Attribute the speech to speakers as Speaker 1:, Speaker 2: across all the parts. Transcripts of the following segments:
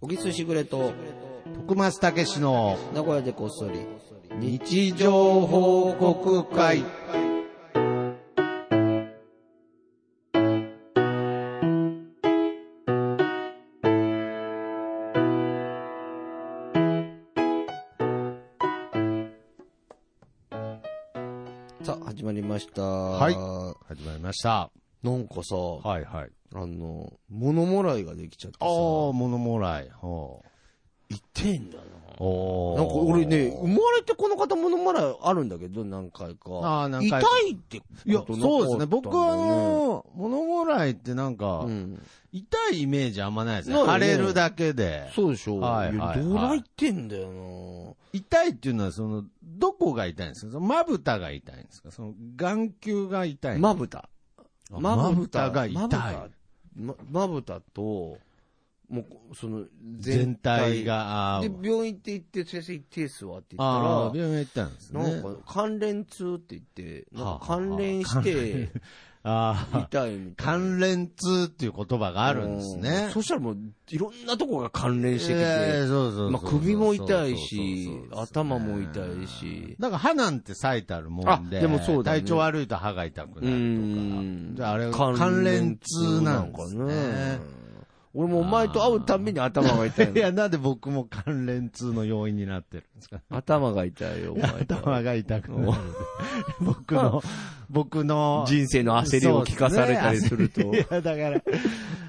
Speaker 1: 小木寿しぐれと、
Speaker 2: 徳松たけしの
Speaker 1: 名古屋でこっそり、
Speaker 2: 日常報告会。
Speaker 1: さあ、始まりました。
Speaker 2: はい始まりました。
Speaker 1: なんかさ、
Speaker 2: はいはい。
Speaker 1: あの、物もらいができちゃって
Speaker 2: あ
Speaker 1: さ、
Speaker 2: あ
Speaker 1: 行
Speaker 2: ー、物もらい。お
Speaker 1: ってんだな。
Speaker 2: お
Speaker 1: なんか俺ね、生まれてこの方物もらいあるんだけど、何回か。
Speaker 2: あー何回か
Speaker 1: 痛いってこと
Speaker 2: いや、そうですね。僕はあ
Speaker 1: も
Speaker 2: の、物もらいってなんか、
Speaker 1: うん。痛
Speaker 2: 痛いイメージあんまないですね。
Speaker 1: ないよね
Speaker 2: 腫れるだけで。
Speaker 1: そうでしょ
Speaker 2: はいはいはい
Speaker 1: いやどうらいってんだよな
Speaker 2: 痛いっていうのは、その、どこが痛いんですかそのまぶたが痛いんですかその、眼球が痛いんですか
Speaker 1: まぶた。
Speaker 2: あ
Speaker 1: ま
Speaker 2: ま
Speaker 1: ぶ
Speaker 2: ぶ
Speaker 1: た
Speaker 2: たが痛い
Speaker 1: まぶたままぶたと、もう、その、
Speaker 2: 全体。が、あ
Speaker 1: で
Speaker 2: ー、
Speaker 1: 病院って行って、先生行ってっすわって言った
Speaker 2: あ
Speaker 1: ら
Speaker 2: ー、病院行ったんですね。
Speaker 1: なんか関連痛って言って、なんか
Speaker 2: はあ
Speaker 1: 関連して
Speaker 2: ああ、
Speaker 1: 痛いみたいな。
Speaker 2: 関連痛っていう言葉があるんです
Speaker 1: う
Speaker 2: ね。
Speaker 1: そしたらもう、いろんなとこが関連してき
Speaker 2: えー
Speaker 1: て、
Speaker 2: そうそうそう
Speaker 1: まあ首も痛いし
Speaker 2: そうそうそう、そう
Speaker 1: 頭も痛いし、
Speaker 2: だから歯なんて裂いてあるもんで、
Speaker 1: あでもそうだね
Speaker 2: 体調悪いと歯が痛く
Speaker 1: う
Speaker 2: なる
Speaker 1: ん
Speaker 2: とか。じゃああれ関連痛なんです
Speaker 1: 関連痛なの
Speaker 2: ね
Speaker 1: か。俺もお前と会うたんびに頭が痛い
Speaker 2: い
Speaker 1: の。
Speaker 2: や、なんで僕も関連痛の要因になってるんで すか
Speaker 1: 頭が痛いよ、お前と。
Speaker 2: 頭が痛く なる。僕の、 僕の。
Speaker 1: 人生の焦りを聞かされたりすると、
Speaker 2: いや、だから。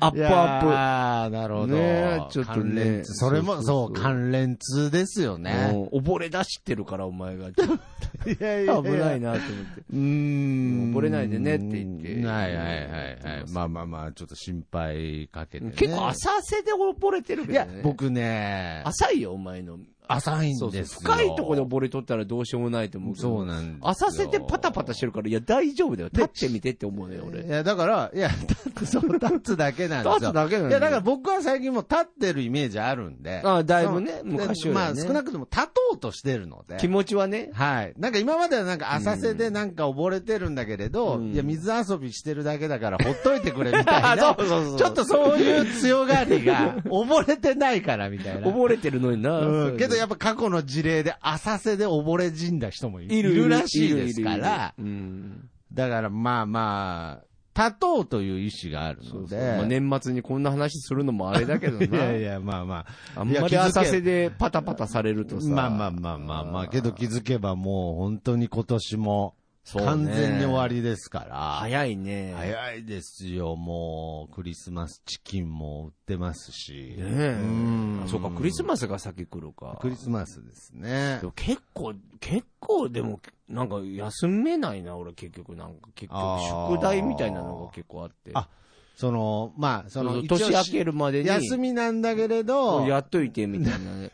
Speaker 1: アップアッ
Speaker 2: ああ、なるほど。
Speaker 1: ねえちょっとね
Speaker 2: 関連痛それも、
Speaker 1: そ
Speaker 2: そ
Speaker 1: そう
Speaker 2: う
Speaker 1: そう
Speaker 2: う、関連痛ですよ
Speaker 1: プ。
Speaker 2: ね。
Speaker 1: もう溺れ出してるから、お前が。ちょっ
Speaker 2: いやい
Speaker 1: と危ない
Speaker 2: な。
Speaker 1: なと思って。
Speaker 2: うーん。
Speaker 1: 溺れないでねって言って
Speaker 2: はいはいはいはい。まあまあまあ、ちょっと心配かけてね。
Speaker 1: 結構浅瀬で溺れてるけど
Speaker 2: いや
Speaker 1: ね。、
Speaker 2: 僕ね、
Speaker 1: 浅いよ、お前の。
Speaker 2: 浅いん
Speaker 1: そうそう
Speaker 2: ですよ。
Speaker 1: 深いとこで溺れとったらどうしようもないと思うけど。
Speaker 2: そうなんですよ
Speaker 1: 浅瀬でパタパタしてるから、いや、大丈夫だよ。立ってみてって思うのよ、俺
Speaker 2: い。や、だから、いや、立つ、そう、立つだけなんですよ。
Speaker 1: 立つだけなんだよ
Speaker 2: いや、だから僕は最近もう立ってるイメージあるんで。
Speaker 1: ああだいぶね
Speaker 2: その
Speaker 1: 昔よりはね
Speaker 2: まあ、少なくとも立とうとしてるので。
Speaker 1: 気持ちはね。
Speaker 2: はい。なんか今まではなんか浅瀬でなんか溺れてるんだけれど、
Speaker 1: うん
Speaker 2: いや、水遊びしてるだけだからほっといてくれみたいな。
Speaker 1: そうそうそう
Speaker 2: ちょっとそういう強がりが、溺れてないからみたいな。
Speaker 1: 溺れてるのにな。
Speaker 2: うん、けどや
Speaker 1: っ
Speaker 2: っぱ過去の事例で浅瀬で溺れ死んだ人もいる
Speaker 1: いる
Speaker 2: らしいですから、
Speaker 1: いるいるうん。
Speaker 2: だからまあまあ、立とうという意思があるので、
Speaker 1: まあ年末にこんな話するのもあれだけど
Speaker 2: いやい
Speaker 1: な。
Speaker 2: や、まあまあ、
Speaker 1: あんま
Speaker 2: い
Speaker 1: り
Speaker 2: や気づ
Speaker 1: 浅
Speaker 2: け
Speaker 1: 瀬でパタパタされるとさ。
Speaker 2: まあまあまあまあまあ、けど気づけばもう本当に今年も
Speaker 1: そうね
Speaker 2: 完全に終わりですから。
Speaker 1: 早いね。
Speaker 2: 早いですよ、もう、クリスマスチキンも売ってますし。
Speaker 1: ねえ
Speaker 2: うん
Speaker 1: あそうか、クリスマスが先来るか。
Speaker 2: クリスマスですね
Speaker 1: で。も結構、結構でも、なんか休めないな、俺結局。なんか結
Speaker 2: あ
Speaker 1: 局、宿
Speaker 2: ー
Speaker 1: 題みたいなのが結構あって。
Speaker 2: あその、まあ、そ
Speaker 1: そ
Speaker 2: の、
Speaker 1: の
Speaker 2: 一応
Speaker 1: 年明けるまでに、
Speaker 2: 休みなんだけれど、
Speaker 1: やっといて、みたいなね。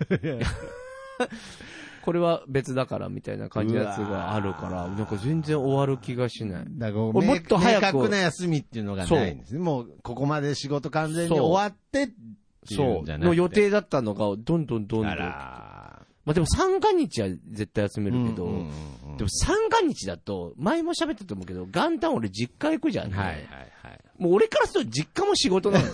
Speaker 1: これは別だから、みたいな感じのやつがあるから、なんか全然終わる気がしない。
Speaker 2: だから
Speaker 1: 俺もっと早く
Speaker 2: 明確な休みっていうのがないんですね。もう、ここまで仕事完全に終わってってい
Speaker 1: そ
Speaker 2: うん
Speaker 1: う。
Speaker 2: じゃなくて
Speaker 1: の予定だったのが、どんどんどんどん。
Speaker 2: あ
Speaker 1: ま
Speaker 2: ら
Speaker 1: あでも三が日は絶対休めるけど、
Speaker 2: うんうんうんうん
Speaker 1: でも三が日だと、前も喋ったと思うけど、元旦俺実家行くじゃん、
Speaker 2: はいはい
Speaker 1: もう俺からすると実家も仕事なの。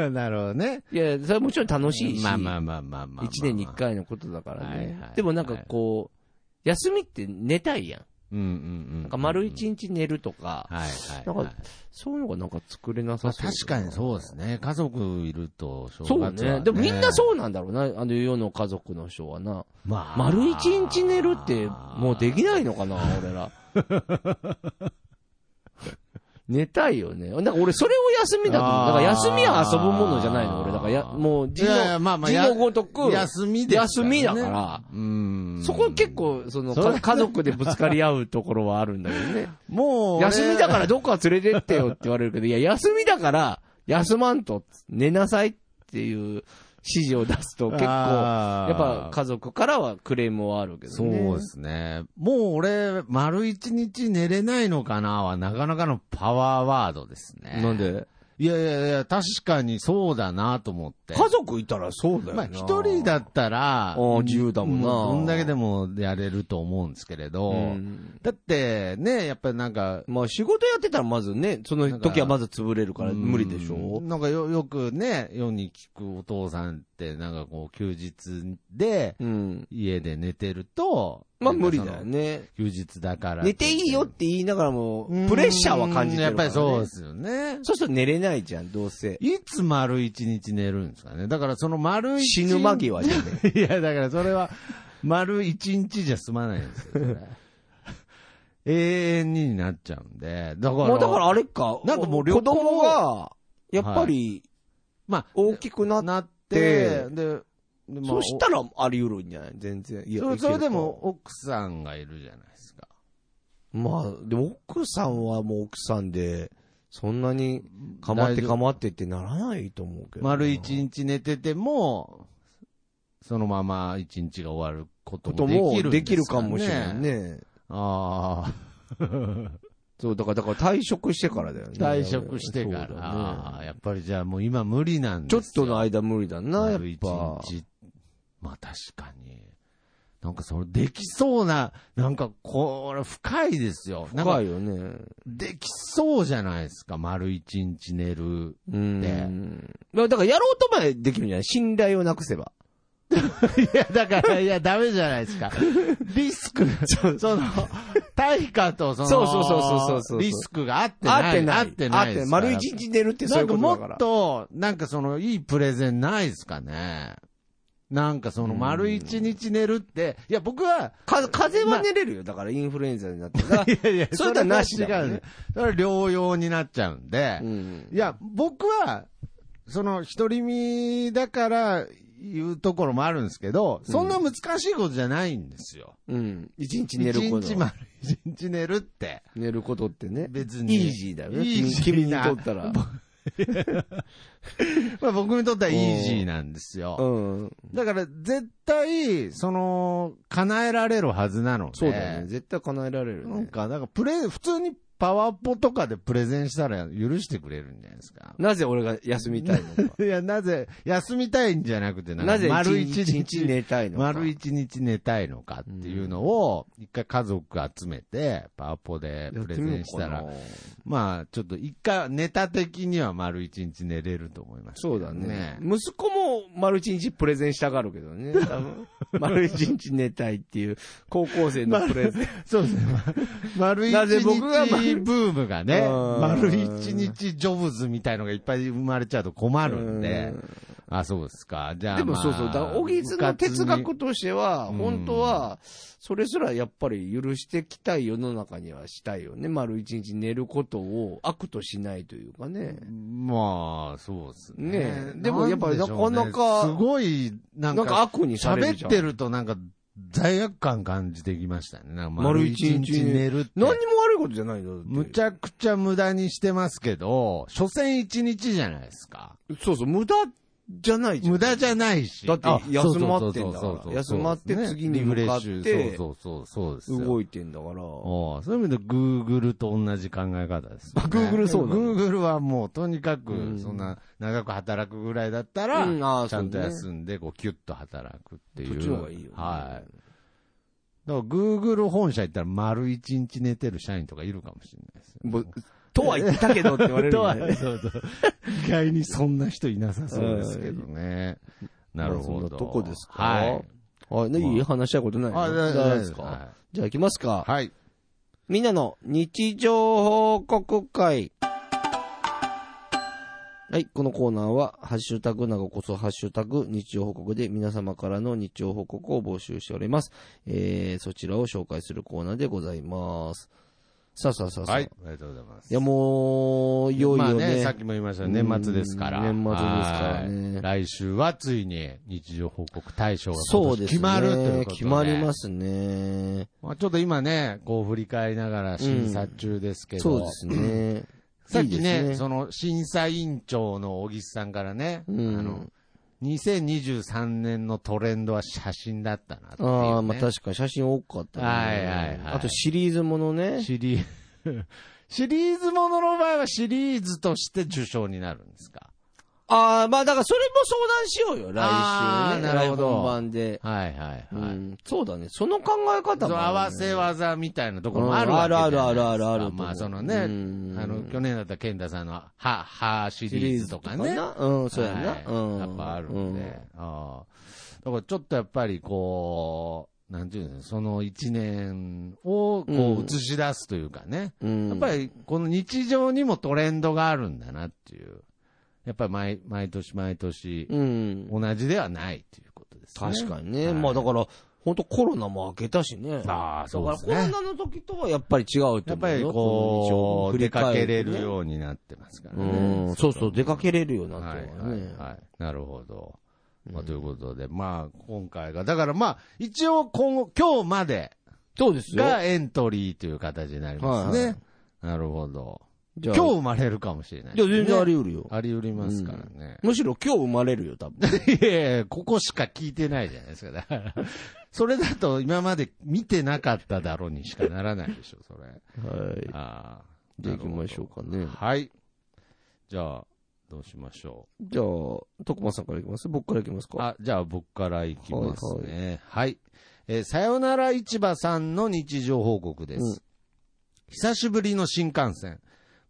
Speaker 2: はい。 なるほどね。
Speaker 1: いや、それはもちろん楽しいし、
Speaker 2: まあまあまあまあまあ。
Speaker 1: 1年に1。回のことだから
Speaker 2: はいはい
Speaker 1: ね
Speaker 2: は。い
Speaker 1: でもなんかこう、休みって寝たいやん。
Speaker 2: うんうんうん。
Speaker 1: なんか丸1日寝るとか、
Speaker 2: はいはい
Speaker 1: な
Speaker 2: はい。
Speaker 1: んかそういうのがなんか作れな
Speaker 2: ま
Speaker 1: さ
Speaker 2: あ
Speaker 1: そうだな。
Speaker 2: 確かにそうですね。家族いると、正月
Speaker 1: そう
Speaker 2: は、ね。
Speaker 1: ね。でもみんなそうなんだろうな、あの世の家族の人はな。
Speaker 2: まあ
Speaker 1: 丸1日寝るってもうできないのかな、俺 ら。寝たいよね。なんか俺それを休みだと思う。だから休みは遊ぶものじゃないの、俺。だからや、もう字
Speaker 2: いやいやまあ
Speaker 1: の、
Speaker 2: まあ
Speaker 1: 字
Speaker 2: や
Speaker 1: のごとく、
Speaker 2: 休みです
Speaker 1: 休みだから
Speaker 2: うーん。
Speaker 1: そこ結構、その、
Speaker 2: それ
Speaker 1: か家族でぶつかり合うところはあるんだけど ね。
Speaker 2: もう、
Speaker 1: 休みだからどこか連れてってよって言われるけど、いや、休みだから、休まんと、寝なさいっていう指示を出すと結構、やっ
Speaker 2: あー
Speaker 1: ぱ家族からはクレームはあるけど
Speaker 2: そう
Speaker 1: ね。
Speaker 2: ですね。もう俺、丸一日寝れないのかなは、なかなかのパワーワードですね。
Speaker 1: なんで
Speaker 2: いやいやいや、確かにそうだなと思って。
Speaker 1: 家族いたらそうだよな。
Speaker 2: まあ、一人だったら、
Speaker 1: あー自由だもんな
Speaker 2: うどんだけでもやれると思うんですけれど、
Speaker 1: うん
Speaker 2: だってね、やっぱりなんか、
Speaker 1: まあ仕事やってたらまずね、その時はまず潰れるから
Speaker 2: うん
Speaker 1: 無理でしょ
Speaker 2: なんかよ、よくね、世に聞くお父さんって、なんかこう、休日で、
Speaker 1: うん。
Speaker 2: 家で寝てると、
Speaker 1: まあ
Speaker 2: なんか
Speaker 1: 無
Speaker 2: そ
Speaker 1: 理
Speaker 2: の
Speaker 1: だよね。
Speaker 2: 休日だから。
Speaker 1: 寝ていいよって言いながらも、プレッシャーは感じてる
Speaker 2: やっ
Speaker 1: か
Speaker 2: ぱ
Speaker 1: ら、ね。
Speaker 2: りそうですよね。
Speaker 1: そうすると寝れないじゃん、どうせ。
Speaker 2: いつ丸一日寝るんですかね。だからその丸一
Speaker 1: 死ぬ間際 じゃね。
Speaker 2: いや、だからそれは、丸一日じゃ済まないんですよそれ。永遠になっちゃうんで。だから。
Speaker 1: もうだからあれか。
Speaker 2: なんかもう旅行
Speaker 1: 子供が、やっぱり、
Speaker 2: まあ
Speaker 1: 大きくなって、
Speaker 2: なって、で、でまあ
Speaker 1: そしたらあり得るんじゃない全然。いやいけ
Speaker 2: それ
Speaker 1: る
Speaker 2: そ
Speaker 1: か
Speaker 2: れでも奥さんがいるじゃないですか。
Speaker 1: まあ、でも奥さんはもう奥さんで、そんなに、かまって
Speaker 2: 大丈夫
Speaker 1: かまってってならないと思うけどな。
Speaker 2: 丸一日寝てても、そのまま一日が終わること
Speaker 1: こと
Speaker 2: もでき
Speaker 1: も
Speaker 2: るん
Speaker 1: ですきるかもしれない。ね。
Speaker 2: ああ。
Speaker 1: そう、だから、だから退職してからだよね。
Speaker 2: 退職してから、
Speaker 1: そうだね
Speaker 2: ああやっぱりじゃあもう今無理なん
Speaker 1: ちょ
Speaker 2: で
Speaker 1: っ
Speaker 2: す
Speaker 1: と
Speaker 2: よ
Speaker 1: の間無理だな、やっ
Speaker 2: 丸一
Speaker 1: ぱ。
Speaker 2: 日。まあ確かに。なんかそれできそうな、なんかこれ深いですよ。なん
Speaker 1: 深
Speaker 2: か
Speaker 1: いよね。
Speaker 2: できそうじゃないですか。丸一日寝る。
Speaker 1: うん。だから、やろうとまでできるんじゃない信頼をなくせば。
Speaker 2: いや、だから、いや、ダメじゃないですか。リスク、 その、対価とその、
Speaker 1: そうそうそうそうそうそう
Speaker 2: リスクがあってない。
Speaker 1: あってない。
Speaker 2: あってない
Speaker 1: あっ
Speaker 2: です
Speaker 1: て
Speaker 2: から
Speaker 1: 丸一日寝るってそう
Speaker 2: ないん
Speaker 1: う
Speaker 2: か
Speaker 1: こと
Speaker 2: も
Speaker 1: だから
Speaker 2: っ。と、なんかその、いいプレゼンないですかね。なんかその、丸一日寝るって、いや、僕は、
Speaker 1: か風邪は寝れるよ。だからインフルエンザになって。だ から
Speaker 2: いやいや
Speaker 1: それとはなしだもんね
Speaker 2: それは療養になっちゃうんで、
Speaker 1: うん
Speaker 2: いや、僕は、その、独り身だから言うところもあるんですけど、そんな難しいことじゃないんですよ。
Speaker 1: うん。一日
Speaker 2: 一
Speaker 1: 寝ること
Speaker 2: 日。丸一日寝るって。
Speaker 1: 寝ることってね。
Speaker 2: 別に
Speaker 1: イージーだよね。
Speaker 2: イージー
Speaker 1: 君に
Speaker 2: な
Speaker 1: とった ら。
Speaker 2: まあ僕にとってはイージーなんですよ。
Speaker 1: うん。
Speaker 2: だから絶対、その、叶えられるはずなので。
Speaker 1: そうだよね。絶対叶えられる
Speaker 2: なん
Speaker 1: ね。
Speaker 2: か、なんかプレ、普通にパワポとかでプレゼンしたら許してくれるんじゃないですか。
Speaker 1: なぜ俺が休みたいのか。
Speaker 2: いや、なぜ、休みたいんじゃなくて、ん か
Speaker 1: なぜ
Speaker 2: 丸
Speaker 1: 一
Speaker 2: 一
Speaker 1: 日
Speaker 2: 日、
Speaker 1: 寝たいのか。
Speaker 2: 丸一日寝たいのかっていうのを、一回家族集めて、パワポで
Speaker 1: やっ
Speaker 2: プレ
Speaker 1: て
Speaker 2: ゼ
Speaker 1: みよう
Speaker 2: ンし
Speaker 1: か
Speaker 2: た
Speaker 1: らな、。
Speaker 2: まあ、ちょっと一回、ネタ的には丸一日寝れると思いますけ
Speaker 1: そ
Speaker 2: ど、
Speaker 1: うだね。息子も丸一日プレゼンしたがるけど ね。多分丸一日寝たいっていう高校生のプレゼン。
Speaker 2: そ うですね。丸一
Speaker 1: なぜ
Speaker 2: 日
Speaker 1: 僕が丸
Speaker 2: ブームがね、
Speaker 1: うん
Speaker 2: 丸一日ジョブズみたいのがいっぱい生まれちゃうと困るんで
Speaker 1: う、ん
Speaker 2: あ、そうですか。じゃあ、
Speaker 1: でも
Speaker 2: まあ
Speaker 1: そうそう。だから、小木津の哲
Speaker 2: 部活に
Speaker 1: 学としては、
Speaker 2: うん
Speaker 1: 本当は、それすらやっぱり許してきたい世の中にはしたいよね。丸一日寝ることを悪としないというかね。
Speaker 2: まあ、そうですね。
Speaker 1: ねえでもやっぱり
Speaker 2: んでしょうね
Speaker 1: なかなか
Speaker 2: すごい、な
Speaker 1: なんん
Speaker 2: か、
Speaker 1: か悪にされるじ
Speaker 2: 喋
Speaker 1: ゃ
Speaker 2: っ
Speaker 1: ん。
Speaker 2: てるとなんか、罪悪感感じてきましたね。なんか丸
Speaker 1: 丸
Speaker 2: 一
Speaker 1: 一
Speaker 2: 日
Speaker 1: 日
Speaker 2: 寝るって。
Speaker 1: 何にも悪いことじゃないよ。だって
Speaker 2: むちゃくちゃ無駄にしてますけど、所詮一日じゃないですか。
Speaker 1: そうそう、無駄じゃないじゃん。
Speaker 2: 無駄じゃないし。
Speaker 1: だって
Speaker 2: あ
Speaker 1: 休まってんだから
Speaker 2: そうそうそうそう
Speaker 1: 休まって次に向かって
Speaker 2: リフレッシュそうそうそう、そうですよ。
Speaker 1: 動いてんだから。
Speaker 2: おうそういう意味で Google と同じ考え方です、ね。
Speaker 1: あ Google そうなの
Speaker 2: Google はもうとにか
Speaker 1: う
Speaker 2: く、
Speaker 1: ん
Speaker 2: そんな長く働くぐらいだったら、
Speaker 1: うんあー
Speaker 2: ちゃんと
Speaker 1: そうね
Speaker 2: 休んで、こう、キュッと働くっていう。
Speaker 1: そっちの方がいいよね。
Speaker 2: はい。だから Google 本社行ったら丸一日寝てる社員とかいるかもしれないですよ。
Speaker 1: もうとは言ったけどって言われる
Speaker 2: と
Speaker 1: よ
Speaker 2: は、
Speaker 1: ね。
Speaker 2: そうそう意外にそんな人いなさそうですけどね。なるほ
Speaker 1: まあそ
Speaker 2: ど。
Speaker 1: んなとこですか
Speaker 2: はい。
Speaker 1: はい、ねいい話したいことないの
Speaker 2: あ、だ
Speaker 1: 大丈夫
Speaker 2: だ
Speaker 1: です
Speaker 2: か
Speaker 1: かじゃあ行きますか。
Speaker 2: はい。
Speaker 1: みんなの日常報告会。はい、このコーナーは、ハッシュタグなごこそハッシュタグ日常報告で皆様からの日常報告を募集しております。えー、そちらを紹介するコーナーでございます。さあさあさあさあ。、
Speaker 2: はいい。ありがとうございます。
Speaker 1: やもう、いよい
Speaker 2: まあ
Speaker 1: よ
Speaker 2: ね、
Speaker 1: ね。
Speaker 2: さっきも言いましたね、年末ですから。
Speaker 1: うん年末ですからね
Speaker 2: はい来週はついに日常報告大賞が今
Speaker 1: そう
Speaker 2: 年
Speaker 1: ですね。
Speaker 2: 決まるということで。。
Speaker 1: 決まりますすね。
Speaker 2: まあ、ちょっと今ね、こう振り返りながら審査中ですけど。
Speaker 1: そうですね。
Speaker 2: さっきね
Speaker 1: いいです
Speaker 2: その審査委員長の小木さんからね、
Speaker 1: うん
Speaker 2: あの、2023年のトレンドは写真だったなっていう、ね。
Speaker 1: ああ、まあ確かに写真多かったね。
Speaker 2: はいはいはい
Speaker 1: あとシリーズものね。
Speaker 2: シリー、シリーズものの場合はシリーズとして受賞になるんですか
Speaker 1: ああ、まあだからそれも相談しようよ、
Speaker 2: あ
Speaker 1: 来週
Speaker 2: ー
Speaker 1: ね。
Speaker 2: なるほど
Speaker 1: 来本番で。
Speaker 2: はいはいは
Speaker 1: う
Speaker 2: い。
Speaker 1: ん、そうだね。その考え方
Speaker 2: そう
Speaker 1: もあるね
Speaker 2: 合わせ技みたいなところもあるわけじゃないですか
Speaker 1: うんあるあるあるあるある
Speaker 2: まあその
Speaker 1: う
Speaker 2: ね
Speaker 1: ん、
Speaker 2: あの、去年だったら健太さんの、は、はシ
Speaker 1: シ
Speaker 2: リ
Speaker 1: リ
Speaker 2: ー
Speaker 1: ー
Speaker 2: ズ
Speaker 1: ズと
Speaker 2: と
Speaker 1: か
Speaker 2: か
Speaker 1: ね。
Speaker 2: ね。
Speaker 1: うん、そうやんな。
Speaker 2: はい
Speaker 1: うん。
Speaker 2: やっぱある
Speaker 1: うん
Speaker 2: んで。ああだからちょっとやっぱりこう、なんていうんですか、その一年を
Speaker 1: う
Speaker 2: こ
Speaker 1: ん
Speaker 2: う映し出すというかね。
Speaker 1: うん。
Speaker 2: やっぱりこの日常にもトレンドがあるんだなっていう。やっぱり毎毎年毎年、
Speaker 1: うん。
Speaker 2: 同じではないということですね。
Speaker 1: 確かにね。
Speaker 2: はい
Speaker 1: まあだから、本当コロナも明けたしね。
Speaker 2: ああ、そうです
Speaker 1: だから
Speaker 2: ね
Speaker 1: コ。ロナの時とはやっぱり違うと思うよ。
Speaker 2: やっぱりこう、
Speaker 1: 振
Speaker 2: 出
Speaker 1: り
Speaker 2: か
Speaker 1: 返
Speaker 2: け
Speaker 1: てね
Speaker 2: れるようになってますから
Speaker 1: う
Speaker 2: ね
Speaker 1: ん。。そうそう、出かけれるようにな
Speaker 2: は
Speaker 1: っ
Speaker 2: い
Speaker 1: てるか
Speaker 2: は
Speaker 1: ら
Speaker 2: い
Speaker 1: ね。
Speaker 2: はい。なるほど。まあ、ということで、まあ、今回が、だからまあ、一応今後、今日まで
Speaker 1: そうですよ。
Speaker 2: がエントリーという形になりま
Speaker 1: は
Speaker 2: す
Speaker 1: いは
Speaker 2: ね
Speaker 1: い。
Speaker 2: なるほど。
Speaker 1: じゃ
Speaker 2: 今
Speaker 1: あ
Speaker 2: 日生まれるかもしれない。
Speaker 1: いや、全然あ
Speaker 2: ね
Speaker 1: り得るよ。
Speaker 2: あり得りますからね。
Speaker 1: むしろ今日生まれるよ、多分。
Speaker 2: いやいや、ここしか聞いてないじゃないですか。だからそれだと今まで見てなかっただろうにしかならないでしょ、それ。
Speaker 1: はい。
Speaker 2: ああ。
Speaker 1: じゃあ行きましょうかね。
Speaker 2: はい。じゃあ、どうしましょ
Speaker 1: じゃあ、徳間さんからいきます僕からいきます
Speaker 2: う。
Speaker 1: か。
Speaker 2: あ、じゃあ僕からいきますね。はい、えーさよなら市場さんの日常報告です。
Speaker 1: うん
Speaker 2: 久しぶりの新幹線。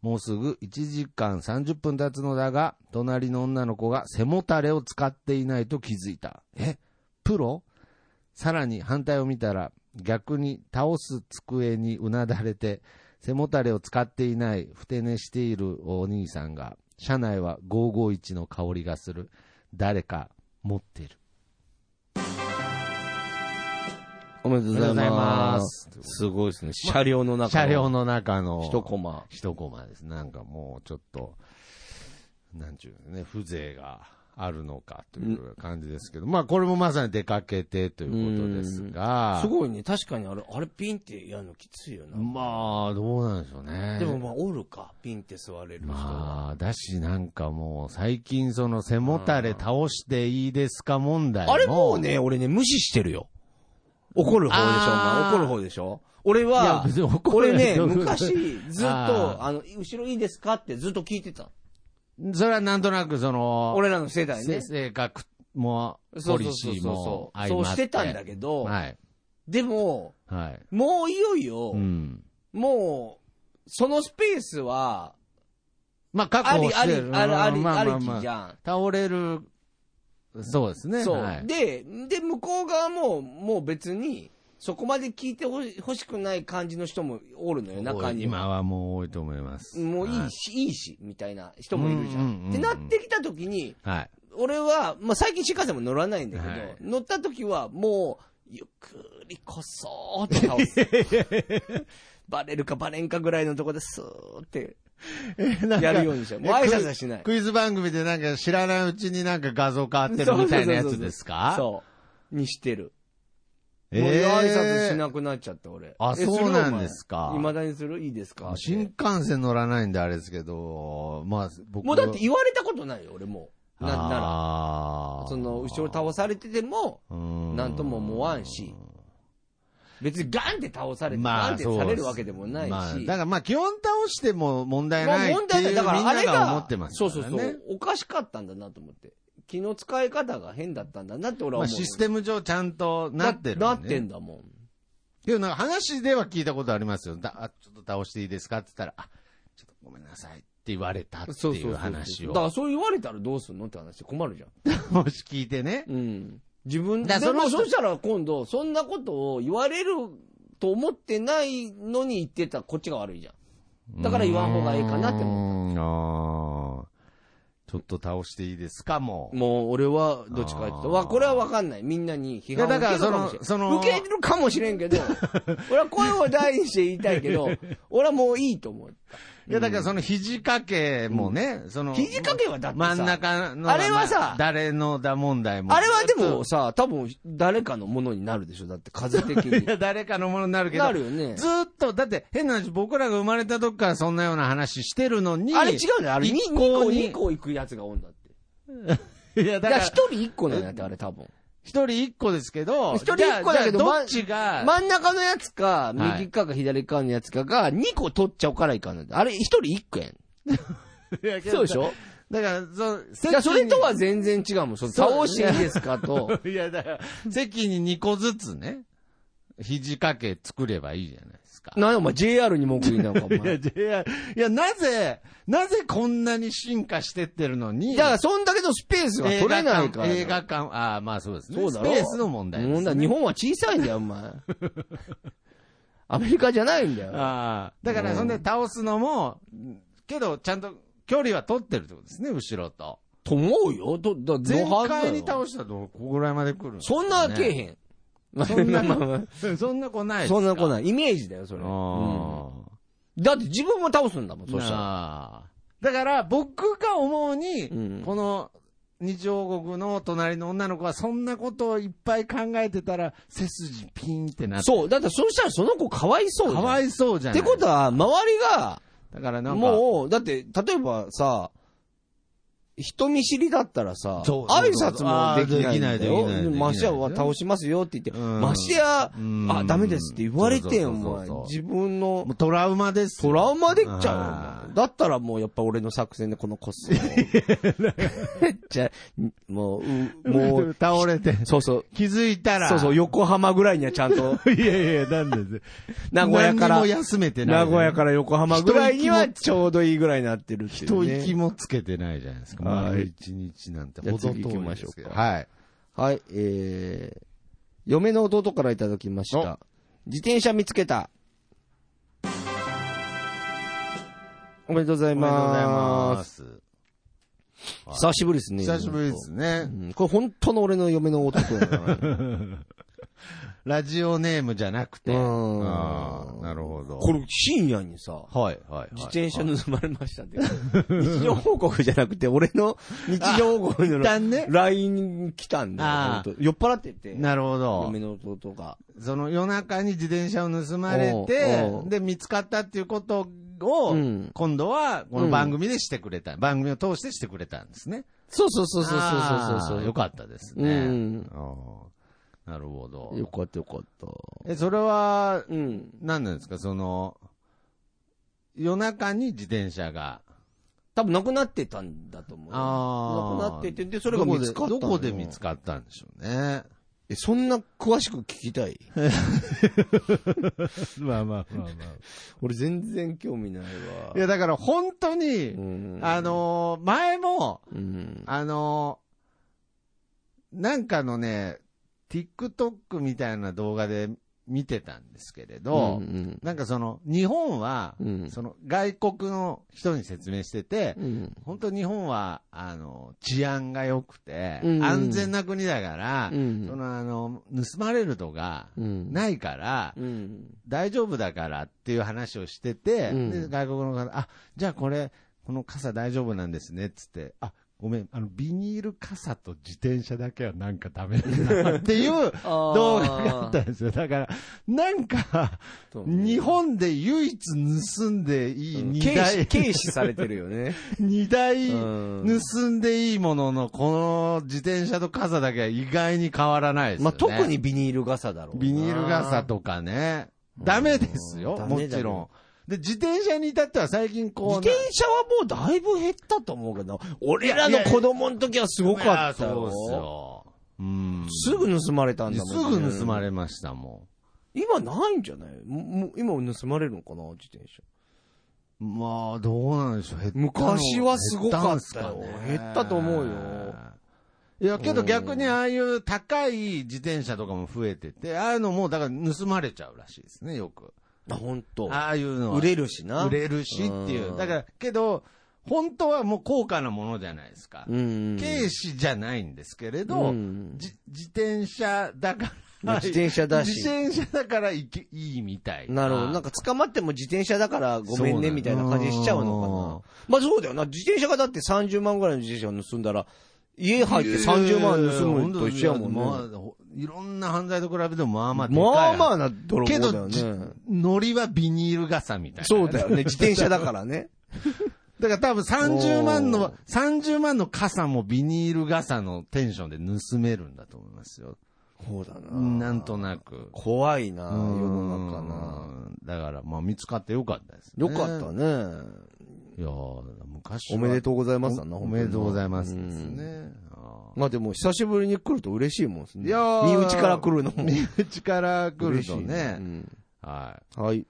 Speaker 2: もうすぐ1時間30分経つのだが、隣の女の子が背もたれを使っていないと気づいた。えプロさらに反対を見たら、逆に倒す机にうなだれて、背もたれを使っていない、ふて寝しているお兄さんが、車内は551の香りがする。誰か持ってる。
Speaker 1: おめでとうございます。
Speaker 2: おめでとうございます
Speaker 1: ごいですね。車両の中の。
Speaker 2: 車両の中の
Speaker 1: 一コマ。
Speaker 2: 一コマです。なんかもうちょっと、なんちゅうのね、風情があるのかという感じですけど、まあこれもまさに出かけてということですが、
Speaker 1: すごいね。確かにあれ、あれピンってやるのきついよな。
Speaker 2: まあどうなんでしょうね。
Speaker 1: でもまあ、おるか。ピンって座れる人は。
Speaker 2: まあ、だしなんかもう最近その背もたれ倒していいですか問題も。
Speaker 1: あれもうね、俺ね、無視してるよ。怒る方でしょ、お
Speaker 2: あー
Speaker 1: 前。怒る方でしょ。俺
Speaker 2: いや
Speaker 1: は
Speaker 2: 別に怒、ら
Speaker 1: 俺
Speaker 2: ない
Speaker 1: ね、
Speaker 2: けど
Speaker 1: 昔、ずっと、
Speaker 2: あー
Speaker 1: あの、後ろいいですかってずっと聞いてた。
Speaker 2: それはなんとなくその、
Speaker 1: 俺らの世代ね
Speaker 2: せ。性格も、
Speaker 1: そうそ
Speaker 2: ポリ
Speaker 1: うそう
Speaker 2: シー
Speaker 1: そ
Speaker 2: も
Speaker 1: う。
Speaker 2: 相
Speaker 1: そう
Speaker 2: ま
Speaker 1: し
Speaker 2: って
Speaker 1: たんだけど、
Speaker 2: はい。
Speaker 1: でも、
Speaker 2: はい。
Speaker 1: もういよいよ、
Speaker 2: うん。
Speaker 1: もう、そのスペースは、
Speaker 2: まあ、確
Speaker 1: あ
Speaker 2: 保
Speaker 1: り
Speaker 2: し
Speaker 1: あり
Speaker 2: て、る。
Speaker 1: あり、あ
Speaker 2: ま
Speaker 1: り、
Speaker 2: ま
Speaker 1: あ
Speaker 2: ま
Speaker 1: りきじゃん。
Speaker 2: 倒れる、そうですね。
Speaker 1: そう、
Speaker 2: はい、
Speaker 1: で、で、向こう側も、もう別に、そこまで聞いてほし欲しくない感じの人もおるのよ、中には。
Speaker 2: 今はもう多いと思います。
Speaker 1: もういいし、
Speaker 2: し。
Speaker 1: いいし、みたいな人もいるじゃ
Speaker 2: うんうんうんうん
Speaker 1: ん。ってなってきた時に、
Speaker 2: はい。
Speaker 1: 俺は、まあ、最近新幹線も乗らないんだけど、
Speaker 2: はい
Speaker 1: 乗った時はもう、ゆっくりこそーって倒す。 バレるかバレんかぐらいのとこでスーって やるようにし よう。もう挨拶はしない。
Speaker 2: クイズ番組でなんか知らないうちになんか画像変わってるみたいなやつですか
Speaker 1: そう。にしてる。
Speaker 2: え
Speaker 1: もう
Speaker 2: え
Speaker 1: 挨拶しなくなっちゃって、俺。
Speaker 2: あ
Speaker 1: え
Speaker 2: そうなんですか
Speaker 1: いまだにするいいですか
Speaker 2: 新幹線乗らないんであれですけど、まあ僕
Speaker 1: もうだって
Speaker 2: い
Speaker 1: 言われたことないよ、俺もう。なんなら。
Speaker 2: ら
Speaker 1: その、後ろ倒されてても、なんとも思わんし、別にガンって倒されて、
Speaker 2: まあ
Speaker 1: ガンってされるわけでもないし。
Speaker 2: まあ、だからまあ基本倒しても問題
Speaker 1: まあ
Speaker 2: ないっていうみん
Speaker 1: だからあ
Speaker 2: な
Speaker 1: れ
Speaker 2: が
Speaker 1: が、
Speaker 2: 思ってますか
Speaker 1: そう
Speaker 2: らね。
Speaker 1: そうそう。おかしかったんだなと思って。気の使い方が変だったんだなって俺は
Speaker 2: ま
Speaker 1: 思
Speaker 2: あ
Speaker 1: う。
Speaker 2: システム上ちゃんとなってる、ね。
Speaker 1: なってんだもん。
Speaker 2: けどなんか話では聞いたことありますよ。だあちょっと倒していいですかって言ったら、あ、ちょっとごめんなさいって言われたっていう話を。
Speaker 1: だからそう言われたらどうすんのって話で困るじゃん。
Speaker 2: もし聞いてね。
Speaker 1: うん。自分
Speaker 2: だ
Speaker 1: で
Speaker 2: からその
Speaker 1: も
Speaker 2: 人
Speaker 1: そしたら今度、そんなことを言われると思ってないのに言ってたらこっちが悪いじゃん。だから言わん方がいいかなって
Speaker 2: 思った。ちょっと倒していいですかもう。
Speaker 1: もう俺はどっちか言って
Speaker 2: あー
Speaker 1: た。わ、これはわかんない。みんなに批判
Speaker 2: いや
Speaker 1: を
Speaker 2: だ
Speaker 1: 受
Speaker 2: か
Speaker 1: け
Speaker 2: ら
Speaker 1: るかもしれん。
Speaker 2: そのその
Speaker 1: 受けるかもしれんけど、俺は声を大にして言いたいけ ど、俺はもういいと思う。
Speaker 2: いや、だからその肘掛けもね、その。
Speaker 1: 肘掛けはだってさ
Speaker 2: 真ん中の。
Speaker 1: あれはさ
Speaker 2: ま誰のだ問題も。
Speaker 1: あれはでもさ、多分誰かのものになるでし ょ。だって数的
Speaker 2: い
Speaker 1: に。
Speaker 2: や、 誰かのものになるけど。
Speaker 1: なるよね
Speaker 2: ずーっと、だって変な話、僕らが生まれた時からそんなような話してるのに。
Speaker 1: あれ違うね。あれ2
Speaker 2: 一
Speaker 1: 個、
Speaker 2: 向に
Speaker 1: 2個行くやつがおんだって。
Speaker 2: いや、だ
Speaker 1: だ
Speaker 2: か
Speaker 1: からら、1人1個なんやって、あれ多分。
Speaker 2: 一人一個ですけど。
Speaker 1: 一人一個だけど
Speaker 2: じゃあじゃあどっちが。
Speaker 1: 真ん中のやつか、
Speaker 2: はい
Speaker 1: 右かか左かのやつかが、2個取っちゃおうからいかんなんて。あれ、1人1個やん。
Speaker 2: いやけど
Speaker 1: そうでしょ
Speaker 2: だから、その、
Speaker 1: いや、それと
Speaker 2: は
Speaker 1: は全然違うもん。その、
Speaker 2: そう
Speaker 1: 倒していいですかと。
Speaker 2: いや、だから、席に2個ずつね、肘掛け作ればいいじゃないですか。
Speaker 1: なんでお前 JR に文句言いなのか、お
Speaker 2: いや、
Speaker 1: 前。
Speaker 2: JR いや、なぜ、なぜこんなに進化してってるのに、
Speaker 1: だから、そんだけのスペースは取れないから。
Speaker 2: 映画館、映画館ああ、まあそうですね。
Speaker 1: そう
Speaker 2: ス
Speaker 1: だ
Speaker 2: ペ
Speaker 1: ろ
Speaker 2: ースの問題です、ね。
Speaker 1: 問題日本は小さいんだよ、お 前。アメリカじゃないんだよ。
Speaker 2: ああ。だか
Speaker 1: う
Speaker 2: ら、
Speaker 1: ん
Speaker 2: そんで倒すのも、けど、ちゃんと距離は取ってるってことですね、後ろと。
Speaker 1: と思うよ。ど、だ、
Speaker 2: 全
Speaker 1: どはんだよ
Speaker 2: 開に倒したと、ここぐらいまで来る
Speaker 1: そんなけえへん。
Speaker 2: そんな
Speaker 1: まあまあま
Speaker 2: へん。そんな子ない
Speaker 1: あ
Speaker 2: です
Speaker 1: そ
Speaker 2: か
Speaker 1: んなこ
Speaker 2: い。
Speaker 1: ない。イメージだよ、それ。
Speaker 2: ああ。
Speaker 1: うんだって自分も倒すんだもん、そしたら。
Speaker 2: なあだから、僕が思うに、
Speaker 1: うん
Speaker 2: この日曜国の隣の女の子は、そんなことをいっぱい考えてたら、背筋ピーンってなって。
Speaker 1: そう。だってそしたらその子かわいそうじゃ
Speaker 2: か
Speaker 1: ん
Speaker 2: わいそうじゃ
Speaker 1: っ
Speaker 2: ない
Speaker 1: てことは、周りが、
Speaker 2: だからなんか、
Speaker 1: もう、だって、例えばさ、人見知りだったらさ、
Speaker 2: そう
Speaker 1: 挨拶もできないん
Speaker 2: あーでき
Speaker 1: だ
Speaker 2: ないできないできな
Speaker 1: よ。
Speaker 2: い
Speaker 1: マシアは倒しますよって言って、
Speaker 2: うん
Speaker 1: マシア、
Speaker 2: うん
Speaker 1: あ、ダメですって言われてん、
Speaker 2: そ
Speaker 1: お
Speaker 2: うそうそう
Speaker 1: 前
Speaker 2: そう。
Speaker 1: 自分の
Speaker 2: もうトラウマです。
Speaker 1: トラウマでっち
Speaker 2: あ
Speaker 1: ゃ
Speaker 2: ー、
Speaker 1: うよお前。だったらもうやっぱ俺の作戦でこのコスを。めっちゃ、もう、うもう
Speaker 2: 倒れて、
Speaker 1: そうそう。
Speaker 2: 気づいたら。
Speaker 1: そうそう、横浜ぐらいにはちゃん と、
Speaker 2: う。いやいや、なんで
Speaker 1: 名古屋から
Speaker 2: 何にも、休めてな
Speaker 1: 名
Speaker 2: い。
Speaker 1: 古屋から横浜ぐらいにはちょうどいいぐらいになってるってい
Speaker 2: 一
Speaker 1: う、ね。
Speaker 2: 息もつけてないじゃないですか。
Speaker 1: はい
Speaker 2: 丸一日なんて、
Speaker 1: じゃ
Speaker 2: ほ
Speaker 1: あ
Speaker 2: ど遠
Speaker 1: 次行き
Speaker 2: い
Speaker 1: ま
Speaker 2: で
Speaker 1: しょ
Speaker 2: す
Speaker 1: う
Speaker 2: け
Speaker 1: か
Speaker 2: ど。はい。
Speaker 1: はい、えー、嫁の弟からいただきました。自転車見つけた。おめでとうござい
Speaker 2: おめでとうござい
Speaker 1: ま。
Speaker 2: ますす。
Speaker 1: 久しぶりですね。
Speaker 2: 久しぶりですね。
Speaker 1: うん。これ本当の俺の嫁の弟だからね
Speaker 2: ラジオネームじゃなくて。
Speaker 1: うん
Speaker 2: あーなるほど。
Speaker 1: これ深夜にさ、
Speaker 2: はい、はい。
Speaker 1: 自転車盗まれました って。日常報告じゃなくて、俺の日常報告
Speaker 2: 一
Speaker 1: の
Speaker 2: 旦ね。
Speaker 1: LINE 来たんだ
Speaker 2: あ
Speaker 1: よ。本当酔っ払ってて。
Speaker 2: なるほど
Speaker 1: 嫁。の弟が。
Speaker 2: その夜中に自転車を盗まれて
Speaker 1: おうお、う
Speaker 2: で、見つかったっていうことを
Speaker 1: うん、
Speaker 2: 今度はこの番組でしてくれた。番組を通してしてくれたんですね。
Speaker 1: そうそうそうそうそうそうそう
Speaker 2: あーよかったですね。
Speaker 1: うん
Speaker 2: あーなるほど。
Speaker 1: よかったよかった。
Speaker 2: え、それは、
Speaker 1: うん。
Speaker 2: 何なんですかその、夜中に自転車が。
Speaker 1: 多分なくなってたんだと思う。
Speaker 2: あー
Speaker 1: なくなってて、で、それが見つかった
Speaker 2: ど
Speaker 1: の
Speaker 2: こでどこで見つかったんでしょうね。
Speaker 1: え、そんな詳しく聞きたい
Speaker 2: まあまあまあま
Speaker 1: 俺全然興味ないわ。
Speaker 2: いや、だから本当
Speaker 1: う
Speaker 2: に、
Speaker 1: ん、
Speaker 2: あ、のー前も、
Speaker 1: うん。
Speaker 2: あのーなんかのね、TikTok みたいな動画で見てたんですけれど、
Speaker 1: うん
Speaker 2: なんかその、日本は、
Speaker 1: うん
Speaker 2: その、外国の人に説明してて、
Speaker 1: うん。
Speaker 2: 本当日本は、あの、治安が良くて、
Speaker 1: うん
Speaker 2: 安全な国だから、
Speaker 1: うん
Speaker 2: その、あの、盗まれるとか、
Speaker 1: うん。
Speaker 2: ないから、
Speaker 1: うん。
Speaker 2: 大丈夫だからっていう話をしてて、
Speaker 1: うん
Speaker 2: で外国の方、あ、じゃあこれ、この傘大丈夫なんですね、っつって、あ、ごめん、あの、ビニール傘と自転車だけはなんかダメだなっていう動画があったんですよ。だから、なんか、日本で唯一盗んでいい
Speaker 1: に
Speaker 2: 二台、
Speaker 1: 軽視されてるよ ね。
Speaker 2: 二台、
Speaker 1: うん。
Speaker 2: 盗んでいいものの、この自転車と傘だけは意外に変わらないですよ
Speaker 1: まあ、
Speaker 2: ね。
Speaker 1: 特にビニール傘だろうな。
Speaker 2: ビニール傘とかね。
Speaker 1: うん
Speaker 2: ダメですよ、
Speaker 1: ダ
Speaker 2: も
Speaker 1: メだ
Speaker 2: ち
Speaker 1: よ
Speaker 2: ろん。で、自転車に至っては最近こう
Speaker 1: 自
Speaker 2: な、
Speaker 1: 転車はもうだいぶ減ったと思うけど、俺らの子供の時はすごかった
Speaker 2: いやそう
Speaker 1: よ。
Speaker 2: ですよ。うん。
Speaker 1: すぐ盗まれたんだもん
Speaker 2: すぐ盗ま
Speaker 1: れ
Speaker 2: れましたも
Speaker 1: 今ないんじゃないももう今盗まれるのかな自転車。
Speaker 2: ん。まあ、どうなんでしょう、減ったの
Speaker 1: 昔はすごかったよ
Speaker 2: んす
Speaker 1: 減ったと思うよ。
Speaker 2: いや、けど逆にああいう高い自転車とかも増えてて、ああいうのもだから盗まれちゃうらしいですね、よく。
Speaker 1: あ、ほんと。
Speaker 2: ああいうのは。
Speaker 1: 売れるしな。
Speaker 2: 売れるしっていうう。
Speaker 1: ん
Speaker 2: だから、けど、本当はもう高価なものじゃないですか。
Speaker 1: うん。
Speaker 2: 軽視じゃないんですけれ
Speaker 1: う
Speaker 2: ど、
Speaker 1: ん
Speaker 2: じ自転車だか
Speaker 1: まあ
Speaker 2: ら、
Speaker 1: 自転車だし
Speaker 2: 自転車だからいけいいみたい。
Speaker 1: なるほど。なんか捕まっても自転車だからごめんねみたいな感じしちゃうのかな
Speaker 2: うん。
Speaker 1: まあそうだよな。自転車がだって30万ぐらいの自転車を盗んだら、家入って30万盗むのと一緒やもんね。
Speaker 2: いやまあいろんな犯罪と比べても、まあまあでかい、
Speaker 1: まあまあな泥棒
Speaker 2: け
Speaker 1: だ
Speaker 2: ど、
Speaker 1: よ
Speaker 2: じ
Speaker 1: ね。
Speaker 2: 乗りはビニール傘みたいな。
Speaker 1: そうだよね。 自転車だからね。
Speaker 2: だから多分30万
Speaker 1: おー
Speaker 2: の、30万の傘もビニール傘のテンションで盗めるんだと思いますよ。
Speaker 1: そうだな。
Speaker 2: なんとなく。
Speaker 1: 怖いな、世
Speaker 2: うん
Speaker 1: の中な。。
Speaker 2: だから、まあ見つかってよかったですね。
Speaker 1: よかったね。
Speaker 2: いやー昔
Speaker 1: おめで
Speaker 2: と
Speaker 1: とうございうますだな
Speaker 2: おめでとうございま
Speaker 1: う
Speaker 2: すで
Speaker 1: ん
Speaker 2: すね。あー
Speaker 1: まあでも、久しぶりに来ると嬉しいもんですね。
Speaker 2: いやー
Speaker 1: 身内から来るのも。
Speaker 2: 身内から来る
Speaker 1: 嬉し
Speaker 2: と
Speaker 1: い
Speaker 2: ね。
Speaker 1: うん
Speaker 2: はい。
Speaker 1: はい。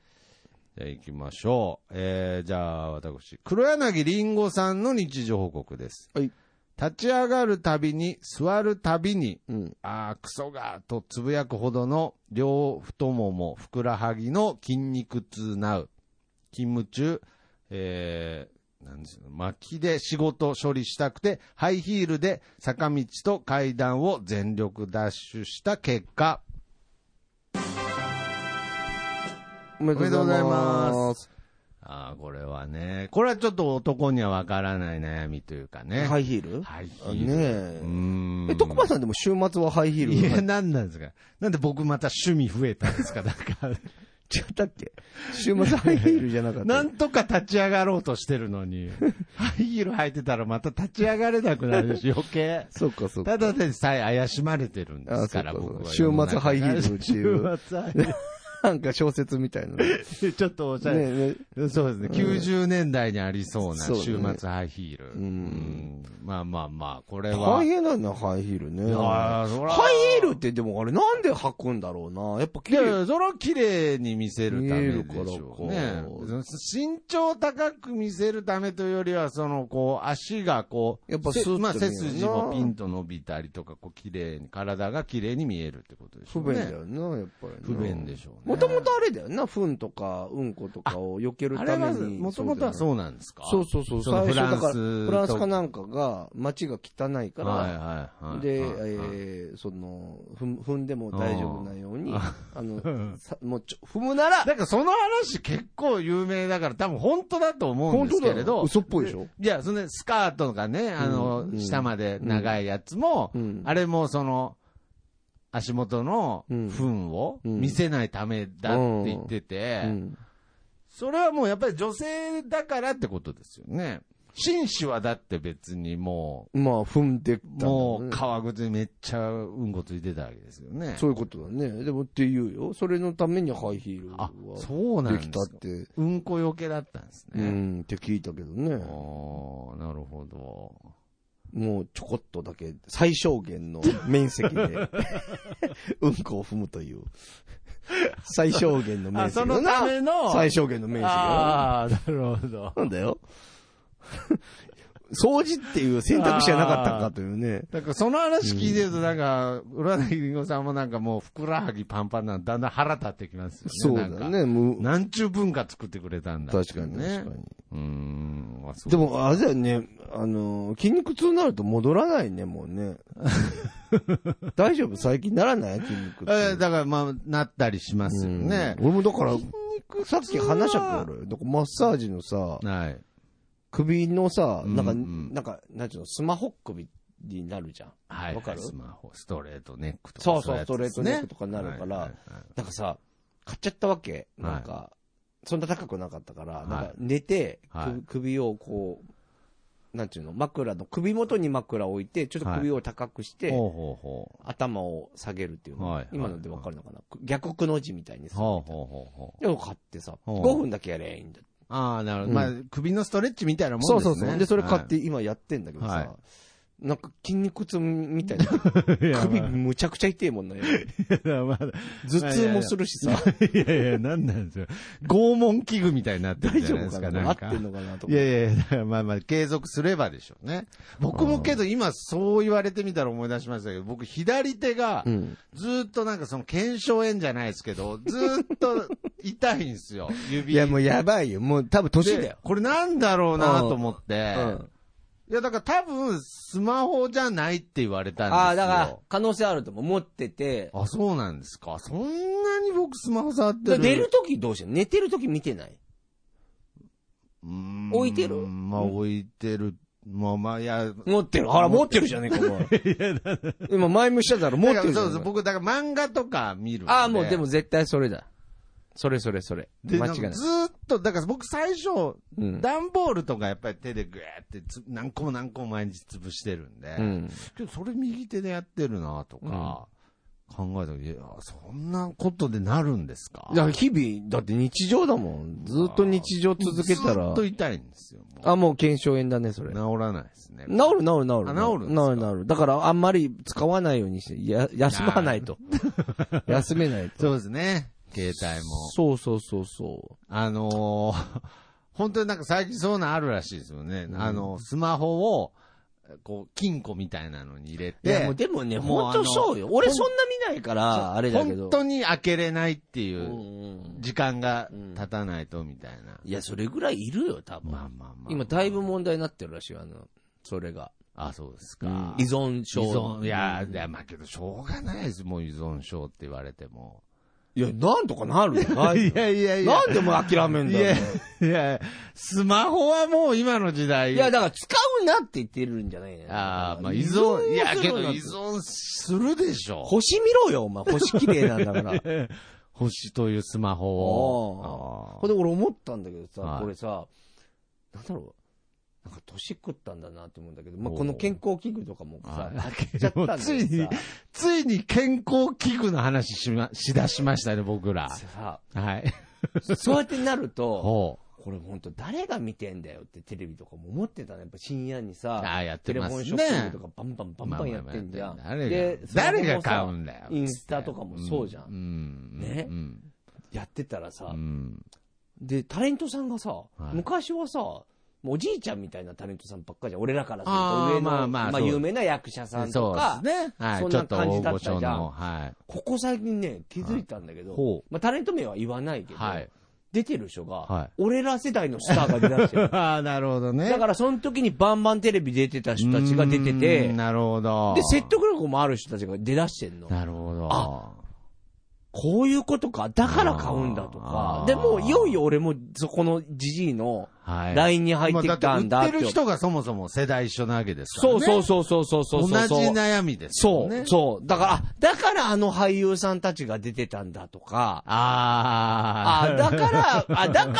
Speaker 2: じゃあ行きましょう。えー、じゃあ私、黒柳りんごさんの日常報告です。
Speaker 1: はい
Speaker 2: 立ち上がるたびに、座るたびに、
Speaker 1: うん。
Speaker 2: あー、クソがーとつぶやくほどの両太もも、ふくらはぎの筋肉痛なう。勤務中、えー、なんですよ巻きで仕事処理したくて、ハイヒールで坂道と階段を全力ダッシュした結果、
Speaker 1: おめ。
Speaker 2: でとうございますああ、これはね、これはちょっと男にはわからない悩みというかね。
Speaker 1: ハ
Speaker 2: い。
Speaker 1: イヒール
Speaker 2: ハイヒ
Speaker 1: ね
Speaker 2: ール。う
Speaker 1: え
Speaker 2: ー。ん。
Speaker 1: え、徳馬さんでも週末はハイヒール
Speaker 2: いや、
Speaker 1: 違っ
Speaker 2: なんなんですか。なんで僕また趣味増えたんですか。なんか、
Speaker 1: たっけ週末ハイヒールじゃなかった。
Speaker 2: なんとか立ち上がろうとしてる のに、ハイヒール履いてたらまた立ち上がれなくなるし、余計。
Speaker 1: そうかそうか。
Speaker 2: ただでさえ怪しまれてるんですから、
Speaker 1: あそうか
Speaker 2: 僕は。
Speaker 1: 週末ハイヒールっていう
Speaker 2: 週末ハイヒール
Speaker 1: なんか小説みた いなね。
Speaker 2: ちょっとおしゃれ。
Speaker 1: ねね
Speaker 2: そうですね、90年代にありそうな
Speaker 1: そうだね
Speaker 2: 週末ハイヒール。
Speaker 1: ん
Speaker 2: うんまあまあまあ、これは。
Speaker 1: 大変なんだ、ハイヒールね。ハ
Speaker 2: あーそら
Speaker 1: イヒールってでもあれなんで履くんだろうな。やっぱ綺
Speaker 2: いやい
Speaker 1: 麗。
Speaker 2: や、それは綺麗に見せるためでしょう
Speaker 1: 見え
Speaker 2: ね
Speaker 1: るから。
Speaker 2: 身長高く見せるためというよりは、その、こう、足がこう、
Speaker 1: やっぱ
Speaker 2: せ
Speaker 1: スッと
Speaker 2: まあ、
Speaker 1: 見え
Speaker 2: 背
Speaker 1: るな
Speaker 2: 筋もピンと伸びたりとか、こう、綺麗に、体が綺麗に見えるってことでしょ
Speaker 1: 不
Speaker 2: う
Speaker 1: 便
Speaker 2: ね。
Speaker 1: だよな、やっぱりな。
Speaker 2: 不便でしょうね。
Speaker 1: もともとあれだよな、糞とかうんことかを避ける
Speaker 2: あ
Speaker 1: た
Speaker 2: れ
Speaker 1: め
Speaker 2: は、
Speaker 1: に。
Speaker 2: もともとは
Speaker 1: う
Speaker 2: そうなんですか
Speaker 1: だよね。そうそう
Speaker 2: そ
Speaker 1: そう。最
Speaker 2: の
Speaker 1: 初だから、
Speaker 2: フ
Speaker 1: フ
Speaker 2: ラ
Speaker 1: ラ
Speaker 2: ン
Speaker 1: ン
Speaker 2: スと
Speaker 1: スかなんかが、街が汚いか
Speaker 2: はい
Speaker 1: ら、
Speaker 2: はいはい。
Speaker 1: で、え
Speaker 2: はい
Speaker 1: ーその、踏ん踏んでも大丈夫なように、あ
Speaker 2: うん
Speaker 1: の、さもうちょ、踏むなら、
Speaker 2: だからその話結構有名だから多分本当だと思うんですけれ
Speaker 1: 本当
Speaker 2: ど。
Speaker 1: だよ嘘っぽいでしょ
Speaker 2: いや、そのねスカートとかね、あの
Speaker 1: う、ん
Speaker 2: 下まで長いやつも、
Speaker 1: うん
Speaker 2: あれもその、足元の
Speaker 1: うん
Speaker 2: 糞を
Speaker 1: うん
Speaker 2: 見せないためだって言ってて、
Speaker 1: うん
Speaker 2: それはもうやっぱり女性だからってことですよね。紳士はだって別にも
Speaker 1: まあ、踏んでったん
Speaker 2: う、
Speaker 1: だろ
Speaker 2: も
Speaker 1: う
Speaker 2: う
Speaker 1: ね
Speaker 2: 革靴にめっちゃうんこついてたわけですよね。
Speaker 1: そういうことだね。でもっていうよ。それのためにハイヒールは
Speaker 2: あ、そうなん
Speaker 1: で
Speaker 2: です
Speaker 1: き
Speaker 2: か
Speaker 1: たって、
Speaker 2: うんこよけだったんです
Speaker 1: う
Speaker 2: ね。
Speaker 1: ん、って聞いたけど
Speaker 2: あ
Speaker 1: ね。
Speaker 2: ーなるほど。
Speaker 1: もうちょこっとだけ、最小限の面 積で、うんこを踏むという。最小限の面
Speaker 2: あ、
Speaker 1: 積
Speaker 2: そのための。
Speaker 1: 最小限の面積だよ
Speaker 2: ああ、なるほど。
Speaker 1: なんだよ。 掃除っていう選択肢はなかったんかというね。
Speaker 2: だからその話聞いてると、なんか、浦田りんごさんもなんかもう、ふくらはぎパンパンなのだんだん腹立ってきます
Speaker 1: そ
Speaker 2: よね。
Speaker 1: うだ
Speaker 2: なんか。
Speaker 1: ね、もう。
Speaker 2: なんちゅう文化作ってくれたんだって
Speaker 1: 確かに確かに。
Speaker 2: うーん。あそう
Speaker 1: でも、あれだよね、あの、筋肉痛になると戻らないね、もう ね。大丈夫最近ならない筋肉
Speaker 2: えー
Speaker 1: 痛。
Speaker 2: だからまあ、なったりしますよね
Speaker 1: う。ん俺もだから、
Speaker 2: 肉
Speaker 1: さっき話したからよ。だからマッサージのさ、
Speaker 2: はい。
Speaker 1: 首のさ、なんか、
Speaker 2: うんうん
Speaker 1: なんか、なんちゅうの、スマホ首になるじゃん。
Speaker 2: はい。
Speaker 1: わかる
Speaker 2: スマホ、ストレートネックとか
Speaker 1: そうそう
Speaker 2: いやつですね
Speaker 1: ストレートネックとかになるから
Speaker 2: はいはいはい
Speaker 1: なんかさ、買っちゃったわけ。なんか、そんな高くなかったから、
Speaker 2: はい
Speaker 1: なんか寝て、
Speaker 2: はい
Speaker 1: 首首をこう、なんちゅうの、枕の、首元に枕を置いて、ちょっと首を高くして、
Speaker 2: ほうほうほう。
Speaker 1: 頭を下げるっていうの、
Speaker 2: はい
Speaker 1: 今のでわかるのかな、逆くの字みたいにさ、
Speaker 2: ほうほうほうほう。
Speaker 1: でも買ってさ、
Speaker 2: ほう
Speaker 1: 5分だけやればいいんだって
Speaker 2: ああ、なるほど。
Speaker 1: うん
Speaker 2: まあ、首のストレッチみたいなもんです
Speaker 1: そ
Speaker 2: ね。
Speaker 1: うそうそう。で、それ買っ
Speaker 2: は
Speaker 1: て今やってんだけどさ、
Speaker 2: はい
Speaker 1: なんか筋肉痛みたいな。
Speaker 2: い、
Speaker 1: 首
Speaker 2: 首、
Speaker 1: むちゃくちゃ痛いもんね。
Speaker 2: まだ、
Speaker 1: 頭痛もするしさ、
Speaker 2: いやいや、なんなんですよ。拷問器具みたいになってる
Speaker 1: 大
Speaker 2: じ
Speaker 1: 丈
Speaker 2: ゃないで
Speaker 1: 夫
Speaker 2: す
Speaker 1: か
Speaker 2: か、
Speaker 1: な
Speaker 2: な
Speaker 1: 合
Speaker 2: ん
Speaker 1: っ
Speaker 2: か。
Speaker 1: てんのかなと
Speaker 2: い
Speaker 1: か。
Speaker 2: やいやいや、まあまあ、継続すればでしょうね。僕もけど、今、そう言われてみたら思い出しましたけど、僕、左手が
Speaker 1: う、ん。
Speaker 2: ずーっとなんかその、腱鞘炎じゃないですけど、ずーっと痛いんで すよ、指。
Speaker 1: いや、もうやばいよ。もう多分年だ
Speaker 2: で
Speaker 1: よ。
Speaker 2: これなんだろうなと思っ
Speaker 1: う
Speaker 2: て。
Speaker 1: ん。
Speaker 2: いや、だから多分、スマホじゃないって言われたんですよ。
Speaker 1: ああ、だから、可能性あると思う。持ってて、
Speaker 2: あ、そうなんですか。そんなに僕スマホ触って
Speaker 1: で
Speaker 2: る。
Speaker 1: 寝るときどうしてんの寝てるとき見てないう
Speaker 2: ーん
Speaker 1: 置いてる
Speaker 2: まあ置いてる。まあまあ、いや。
Speaker 1: 持ってる。あら、持ってるじゃ ねえか、お前。今、前向しちゃったから持って
Speaker 2: だから
Speaker 1: るじゃ
Speaker 2: そ
Speaker 1: ん
Speaker 2: うそう、僕、だから漫画とか見るん。
Speaker 1: ああ、もうでも、絶対それだ。それそれそれ。
Speaker 2: で
Speaker 1: 間違いな
Speaker 2: な
Speaker 1: んい
Speaker 2: か。ずーっと、だから僕最初、
Speaker 1: うん。
Speaker 2: 段ボールとかやっぱり手でグーってつ何個も何個も毎日潰してるんで、
Speaker 1: うん。
Speaker 2: けどそれ右手でやってるなとか、考えたけど、いや、そんなことでなるんですか
Speaker 1: だから日々、だって日常だもん。ずっと日常続けた
Speaker 2: ず
Speaker 1: ら
Speaker 2: っと。痛いんですよ。もう
Speaker 1: あ、もう腱鞘炎だね、それ。治
Speaker 2: 治らないですね。
Speaker 1: る治る治る。
Speaker 2: あ治るんで
Speaker 1: 治
Speaker 2: すか
Speaker 1: る治る。だからあんまり使わないようにして、や、休まない と。休めないと。
Speaker 2: そうですね。携帯も。
Speaker 1: そうそうそうそ
Speaker 2: あのー本当になんか最近そういうのあるらしいですよね。あの、スマホを、こう、金庫みたいなのに入れ
Speaker 1: う。いや、も
Speaker 2: て
Speaker 1: う、でもね、
Speaker 2: もう
Speaker 1: 本当そうよ。俺そんな見ないから、あれだけど。
Speaker 2: 本当に開けれないってい
Speaker 1: うん
Speaker 2: う、
Speaker 1: うん
Speaker 2: 時間が経たないとみたいな。
Speaker 1: いや、それぐらいいるよ、多分。
Speaker 2: まあまあまあ。
Speaker 1: 今、だいぶ問題になってるらしいよ、あの、それが。
Speaker 2: あ、そうです
Speaker 1: 依
Speaker 2: か。
Speaker 1: 存
Speaker 2: 依
Speaker 1: 症。
Speaker 2: 存。いや、いや、まあけど、しょうがないです。もう依存症って言われても。
Speaker 1: いや、なんとかなるよ。ない
Speaker 2: やいやいや。
Speaker 1: なんでもう諦めん
Speaker 2: い
Speaker 1: だよ
Speaker 2: や。いや、スマホはもう今の時代。
Speaker 1: いや、だから使うなって言ってるんじゃないの
Speaker 2: ああ、まあ依存、いや、けど
Speaker 1: をする
Speaker 2: 依。
Speaker 1: なって
Speaker 2: 存するでしょ。
Speaker 1: 星見ろよ、お 前。星綺麗なんだから。
Speaker 2: 星というスマホを。
Speaker 1: ほんで、俺思ったんだけどさ
Speaker 2: は、い
Speaker 1: これさ、なんだろう。なんか年食ったんだなって思うんだけど、まあ、
Speaker 2: おう
Speaker 1: この健康器具とかもさ、
Speaker 2: は
Speaker 1: 買っちゃったんだけどさ
Speaker 2: ついについに健康器具の話しま、しだしましたね、僕ら。
Speaker 1: さ、
Speaker 2: はい。
Speaker 1: そうやってなると、
Speaker 2: ほう。
Speaker 1: これ本当誰が見てんだよってテレビとかも思ってたのやっぱ深夜にさ、
Speaker 2: ああ、やっ
Speaker 1: テ
Speaker 2: て
Speaker 1: レ
Speaker 2: ま
Speaker 1: フォン
Speaker 2: す
Speaker 1: ショッピン
Speaker 2: ね
Speaker 1: グと。かバンバンバンバンやってんじゃん。
Speaker 2: まあまあまあ誰
Speaker 1: でスマホ
Speaker 2: が、
Speaker 1: も
Speaker 2: 誰
Speaker 1: さ
Speaker 2: が買うんだよ。
Speaker 1: インスタとかもそうじゃん
Speaker 2: うん。
Speaker 1: ね
Speaker 2: うん。
Speaker 1: やってたら
Speaker 2: う
Speaker 1: さ、
Speaker 2: ん。
Speaker 1: で、タレントさんがさ、
Speaker 2: い
Speaker 1: 昔はさ、もうおじいちゃんみたいなタレントさんばっかじゃん。俺らからする
Speaker 2: あ
Speaker 1: と
Speaker 2: ー
Speaker 1: 上の、
Speaker 2: ま
Speaker 1: ま
Speaker 2: あ
Speaker 1: あ
Speaker 2: まあそう
Speaker 1: 有名な役者さんと
Speaker 2: そ
Speaker 1: か
Speaker 2: う、ですね。は
Speaker 1: そ
Speaker 2: い。
Speaker 1: ん
Speaker 2: ちょっ
Speaker 1: な
Speaker 2: と
Speaker 1: 感
Speaker 2: 大
Speaker 1: じだ
Speaker 2: 御
Speaker 1: ったじゃん
Speaker 2: 所の、は
Speaker 1: ここ最近ね、気づいたんだけ
Speaker 2: い。
Speaker 1: ど、
Speaker 2: ほ
Speaker 1: まあ、タレント名は言わないけど、
Speaker 2: う。はい。
Speaker 1: 出てる人が、
Speaker 2: はい。
Speaker 1: 俺ら世代のスターが出だしてる
Speaker 2: ああ、なるほどね。
Speaker 1: だからその時にバンバンテレビ出てた人たちが出て
Speaker 2: うーん
Speaker 1: て、
Speaker 2: なるほど。
Speaker 1: で、説得力もある人たちが出だしてんの。
Speaker 2: なるほど。
Speaker 1: あこういうことか、だから買うんだと
Speaker 2: あ
Speaker 1: か
Speaker 2: ー。
Speaker 1: で、もういよいよ俺もそこのじじいの
Speaker 2: はい。
Speaker 1: LINE に入って
Speaker 2: まあ
Speaker 1: きたんだ
Speaker 2: っ
Speaker 1: ってて。
Speaker 2: 売ってる人がそもそも世代一緒なわけですから
Speaker 1: そ
Speaker 2: ね。
Speaker 1: うそうそうそうそうそうそう。
Speaker 2: 同じ悩みです
Speaker 1: そ
Speaker 2: よ
Speaker 1: う、
Speaker 2: ね。う。
Speaker 1: そう。だから、あだからあの俳優さんたちが出てたんだとか、あ
Speaker 2: ああ。
Speaker 1: だから、あ、だから、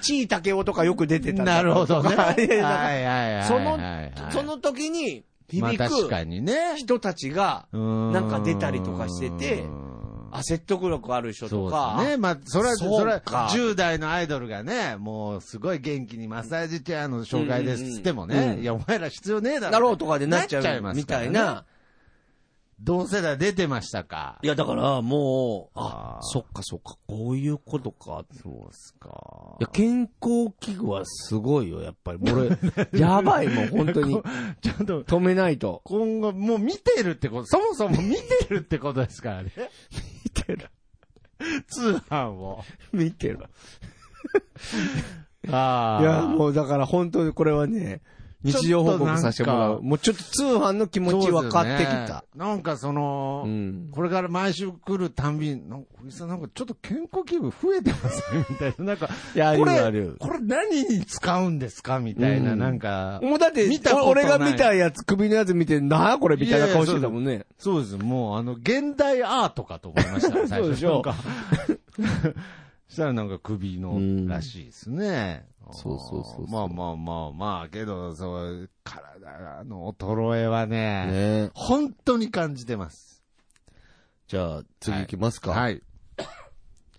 Speaker 1: ちいたけおとかよく出てたんだ
Speaker 2: なるほどね。
Speaker 1: とか いや
Speaker 2: はいはいはい。
Speaker 1: その
Speaker 2: はいはい
Speaker 1: そ、の時に
Speaker 2: まあ
Speaker 1: 響
Speaker 2: 確
Speaker 1: く
Speaker 2: かにね。
Speaker 1: 人たちが、
Speaker 2: な
Speaker 1: なんか出たりとかしててあ、説得力ある人
Speaker 2: そ
Speaker 1: と
Speaker 2: う
Speaker 1: か、
Speaker 2: ですね。まあ、それは、
Speaker 1: そうか
Speaker 2: それは、10代のアイドルがね、もう、すごい元気にマッサージチェアの紹介ですっつっても
Speaker 1: うんうん
Speaker 2: ね
Speaker 1: う、ん
Speaker 2: いや、お前ら必要ねえだろ。
Speaker 1: だろうとかでなっちゃ
Speaker 2: なっちゃいうます
Speaker 1: み
Speaker 2: から
Speaker 1: た
Speaker 2: ね
Speaker 1: いな。
Speaker 2: 同世代出てましたか。
Speaker 1: いや、だからもう、あ
Speaker 2: あ、ー
Speaker 1: そっかそっか、こういうことか。
Speaker 2: そうっすか
Speaker 1: いや、健康器具はすごいよ、やっぱり。俺、 やばいもん、本当に。
Speaker 2: ちょっと、
Speaker 1: 止めないと。
Speaker 2: 今後、もう見てるってこと、そもそも見てるってことですからね。
Speaker 1: 見てる。
Speaker 2: 通販を。
Speaker 1: 見てる。
Speaker 2: あ
Speaker 1: いや、もうだから本当にこれはね、日常報告させてもらう。
Speaker 2: ちょっとなんか
Speaker 1: もうちょっと通販の気
Speaker 2: う
Speaker 1: 持ち分かってき
Speaker 2: ですよ
Speaker 1: た
Speaker 2: ね。なんかその、
Speaker 1: うん。
Speaker 2: これから毎週来るたんびに、なんか、小木さんなんかちょっと健康器具増えてますね、みたいな。なんか、
Speaker 1: いや、あ
Speaker 2: こ
Speaker 1: る
Speaker 2: れ
Speaker 1: ある。
Speaker 2: これ何に使うんですかみたいな、
Speaker 1: うん
Speaker 2: なんか。
Speaker 1: もうだって
Speaker 2: 見たことない
Speaker 1: 俺が見たやつ、首のやつ見て、なあこれみたいな顔してたもんね。
Speaker 2: そうです。もう、あの、現代アートかと思いました、最初。
Speaker 1: そうでしょ
Speaker 2: なんか したらなんか首の
Speaker 1: うん
Speaker 2: らしいですね。
Speaker 1: そうそうそうそう
Speaker 2: まあまあまあまあ、けど、そう、体の衰えはね、
Speaker 1: ね
Speaker 2: 本当に感じてます。
Speaker 1: じゃあ、次行きますか。。
Speaker 2: はいい。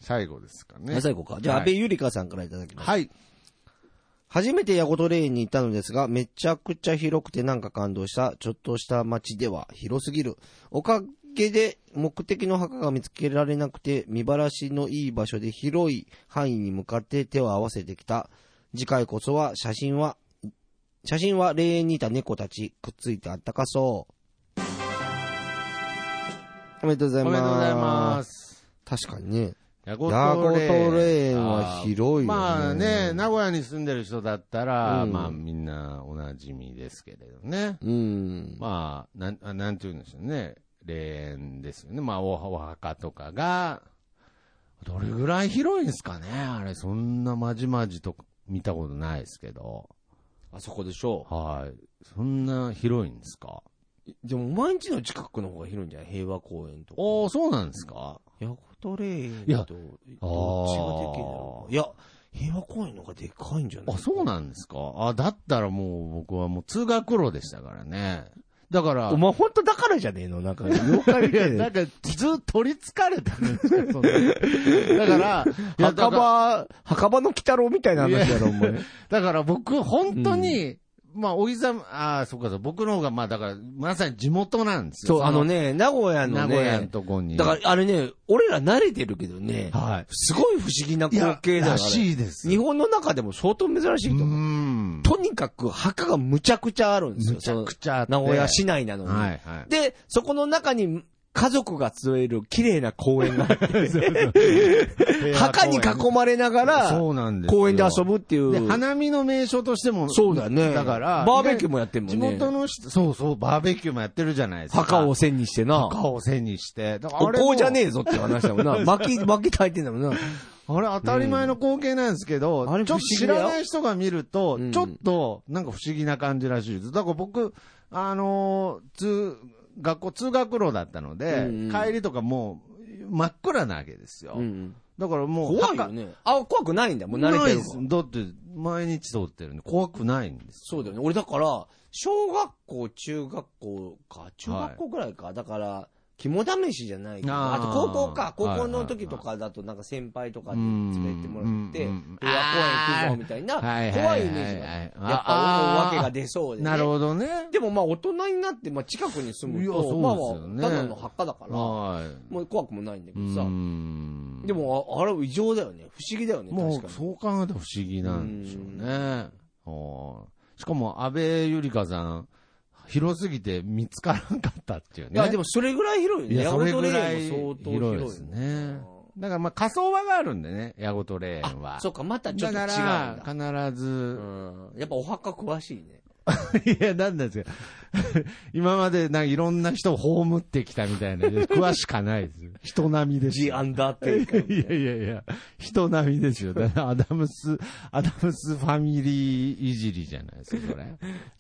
Speaker 2: 最後ですかね。
Speaker 1: 最後か。じゃあ、
Speaker 2: はい
Speaker 1: 安倍ゆりかさんからいただきます。
Speaker 2: はい。
Speaker 1: 初めてヤゴトレインに行ったのですが、めちゃくちゃ広くてなんか感動した、ちょっとした街では広すぎる。おかげで目的の墓が見つけられなくて、見晴らしのいい場所で広い範囲に向かって手を合わせてきた。次回こそは写真は、写真は霊園にいた猫たち、くっついてあったかそう。おめでとうござ
Speaker 2: お
Speaker 1: い
Speaker 2: め
Speaker 1: ます。
Speaker 2: でとうございます。
Speaker 1: す。確かにね。
Speaker 2: ヤ
Speaker 1: ヤ
Speaker 2: ゴ
Speaker 1: ゴトレインは
Speaker 2: あー
Speaker 1: 広いよね。
Speaker 2: まあね、名古屋に住んでる人だったら、
Speaker 1: うん
Speaker 2: まあみんなおなじみですけれどね。
Speaker 1: うん。
Speaker 2: まあ、なん、あなんて言うんでしょうね。霊園ですよね。まあ、おお墓とかが、どれぐらい広いんですかねあれ、そんなまじまじと見たことないですけど。
Speaker 1: あそこでしょう。
Speaker 2: はい。そんな広いんですか
Speaker 1: でも、毎日の近くの方が広いんじゃない平和公園とか。
Speaker 2: おー、そうなんですか
Speaker 1: ヤコトレインと、どっちがで
Speaker 2: あ
Speaker 1: けえんだろういや、平和公園の方がでかいんじゃない
Speaker 2: あ、そうなんですかあ、だったらもう僕はもう通学路でしたからね。だから
Speaker 1: お、前本当だからじゃねえのなんか、妖怪み たい
Speaker 2: な
Speaker 1: な。
Speaker 2: んか、ずっと取りつかれたんですよそん なだから、いやだ
Speaker 1: 墓
Speaker 2: か
Speaker 1: 場、墓場の鬼太郎みた いな話だろ、お前。
Speaker 2: らだから僕、本当に、まあ、おいざ、ああ、そっかそう、僕の方が、まあ、だから、まさに地元なんですよ。
Speaker 1: そう、あの
Speaker 2: ね、
Speaker 1: ね、名古屋の
Speaker 2: 名古屋の
Speaker 1: ね、
Speaker 2: とこに。
Speaker 1: だからあれね、俺ら慣れてるけどね、
Speaker 2: はい。
Speaker 1: すごい不思議な光景だから
Speaker 2: ら。しいです。
Speaker 1: 日本の中でも相当珍しいと
Speaker 2: う
Speaker 1: 思う。
Speaker 2: ん。
Speaker 1: とにかく墓がむちゃくちゃあるんですよ。
Speaker 2: むちゃくちゃあって
Speaker 1: その名古屋市内なのに。
Speaker 2: はい、はい。
Speaker 1: で、そこの中に家族が集える綺麗な公園があ って、墓に囲まれながら、
Speaker 2: そうなんですよ
Speaker 1: 公園で遊ぶってい
Speaker 2: で、
Speaker 1: う。
Speaker 2: 花見の名所としても、
Speaker 1: そうだね。
Speaker 2: だから、
Speaker 1: バーベキューもやってんも
Speaker 2: 地
Speaker 1: んね。
Speaker 2: 元の人、そうそう、バーベキューもやってるじゃないですか。
Speaker 1: 墓を線にしてな。
Speaker 2: 墓を背にして。だから
Speaker 1: お
Speaker 2: あれも
Speaker 1: 香じゃねえぞって話だもん な。薪、薪炊いてんだもんな。
Speaker 2: あれ当たり前の光景なんですけど、
Speaker 1: うんあれ
Speaker 2: ちょっと知ら
Speaker 1: 不思議だ
Speaker 2: ない人が見ると、
Speaker 1: うん
Speaker 2: ちょっとなんか不思議な感じらしいです。だから僕、あのー通、学校通学路だったので、
Speaker 1: うんうん
Speaker 2: 帰りとかもう真っ暗なわけですよ。
Speaker 1: うん
Speaker 2: だからもう、
Speaker 1: 怖いよね。あ、怖くないんだ。もう
Speaker 2: な
Speaker 1: 慣れ
Speaker 2: い
Speaker 1: て
Speaker 2: で
Speaker 1: る
Speaker 2: す
Speaker 1: から。。
Speaker 2: だって、毎日通ってるんで、怖くないんです。
Speaker 1: そうだよね。俺だから、小学校、中学校か、中学校ぐらいか。だから、肝試しじゃないけど、
Speaker 2: あ
Speaker 1: あ
Speaker 2: ー
Speaker 1: と高校か。高校
Speaker 2: は
Speaker 1: の
Speaker 2: いはいはい
Speaker 1: 時とかだと、なんか先輩とかに連れてもらって、
Speaker 2: う
Speaker 1: うんわ、公園行くぞ、みたいな、怖いイメージがある。やっぱ、お
Speaker 2: あ
Speaker 1: わけが出そうで、ね。
Speaker 2: なるほどね。
Speaker 1: でもまあ、大人になって、まあ、近くに住む
Speaker 2: いや
Speaker 1: と、まあ
Speaker 2: そうですよね
Speaker 1: まあ、ただの墓だから、も
Speaker 2: はい。
Speaker 1: う怖くもないんだけどさ。
Speaker 2: ん
Speaker 1: でも、ああれ異常だよね。不思議だよね、
Speaker 2: も
Speaker 1: 確
Speaker 2: う
Speaker 1: か
Speaker 2: そう考えたら不思議なんでしょうね。おーしかも安倍ゆりかさん、広すぎて見つからなかったっていう
Speaker 1: に。
Speaker 2: ね。
Speaker 1: いや、でもそれぐらい広いよ
Speaker 2: い
Speaker 1: ね。ヤ
Speaker 2: やそ
Speaker 1: オトレイ
Speaker 2: れぐらい
Speaker 1: ンも相当
Speaker 2: 広
Speaker 1: 広
Speaker 2: い
Speaker 1: い
Speaker 2: で
Speaker 1: ですす
Speaker 2: ねだからまあ仮想場があるんでね、ヤゴトレーンは。
Speaker 1: そうか、またちょっと違うん
Speaker 2: だ
Speaker 1: だ。
Speaker 2: から、必
Speaker 1: う
Speaker 2: ず、
Speaker 1: ん。やっぱお墓詳しいね。
Speaker 2: いや、なんですよ。 今までなんかいろんな人を葬ってきたみたいな。詳しかないですよ。人並みです
Speaker 1: ジ・
Speaker 2: よ。
Speaker 1: アンダーテイカーみたい
Speaker 2: いやいやいや、人並みですよ。だからアダムス、アダムスファミリーいじりじゃないですか、そ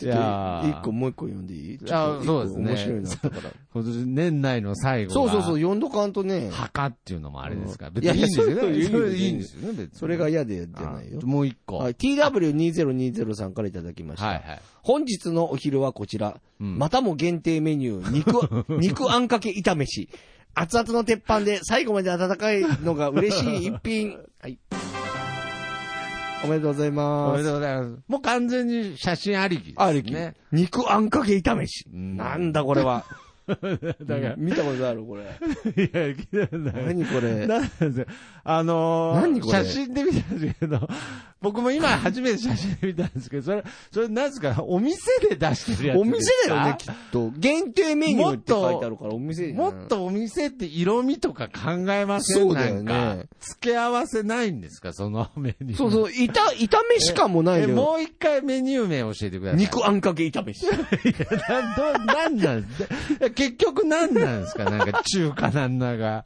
Speaker 2: れ。いや
Speaker 1: な。
Speaker 2: ー
Speaker 1: 一個、もう一個読んでいい
Speaker 2: あそうですね
Speaker 1: 面白いな、だから。
Speaker 2: 今年年内の最後が。
Speaker 1: そうそうそう、読んどかんとね、
Speaker 2: 墓っていうのもあれですから。
Speaker 1: うん
Speaker 2: 別にいいんです
Speaker 1: いやそ
Speaker 2: よね。そ
Speaker 1: ういう
Speaker 2: れ
Speaker 1: の
Speaker 2: い
Speaker 1: い
Speaker 2: い
Speaker 1: い
Speaker 2: ん
Speaker 1: ん
Speaker 2: で
Speaker 1: です
Speaker 2: よね、別に。
Speaker 1: それが嫌でじゃ
Speaker 2: あ
Speaker 1: ないよ。
Speaker 2: もう一個。
Speaker 1: は
Speaker 2: はい
Speaker 1: い、TW2020 さんからいただきました。
Speaker 2: はい。
Speaker 1: 本日のお昼はこちら。
Speaker 2: うん
Speaker 1: またも限定メニュー、 肉、肉あんかけ炒めし。熱々の鉄板で最後まで温かいのが嬉しい一品。はい。おめでとうござい
Speaker 2: お
Speaker 1: ま。
Speaker 2: めですとうございます。もう完全に写真ありきですね。
Speaker 1: あるき、肉あんかけ炒めし。
Speaker 2: うん
Speaker 1: なんだこれ は。
Speaker 2: だから
Speaker 1: うん見たことあるこれ。
Speaker 2: いや、いやない。
Speaker 1: 何こ れ。
Speaker 2: なんですよ。あのー
Speaker 1: 何これ
Speaker 2: 写真で見たんですけど、僕も今初めて写真で見たんですけど、それ、それなんですか、お店で出してるやつ
Speaker 1: お
Speaker 2: です
Speaker 1: 店
Speaker 2: か
Speaker 1: だよね、きっと。限定メニューって書いてあるから、お店じゃな
Speaker 2: も
Speaker 1: い
Speaker 2: っ。とお店って色味とか考えません
Speaker 1: そうだよね
Speaker 2: なんか付け合わせないんですかそのメニュー。
Speaker 1: そうそう、 炒、炒めしかもない
Speaker 2: え、
Speaker 1: のよ。
Speaker 2: もう一回メニュー名教えてください。
Speaker 1: 肉あんかけ炒めし。
Speaker 2: なんどうなんなんで結局なんなんですかなんか中華なんだが、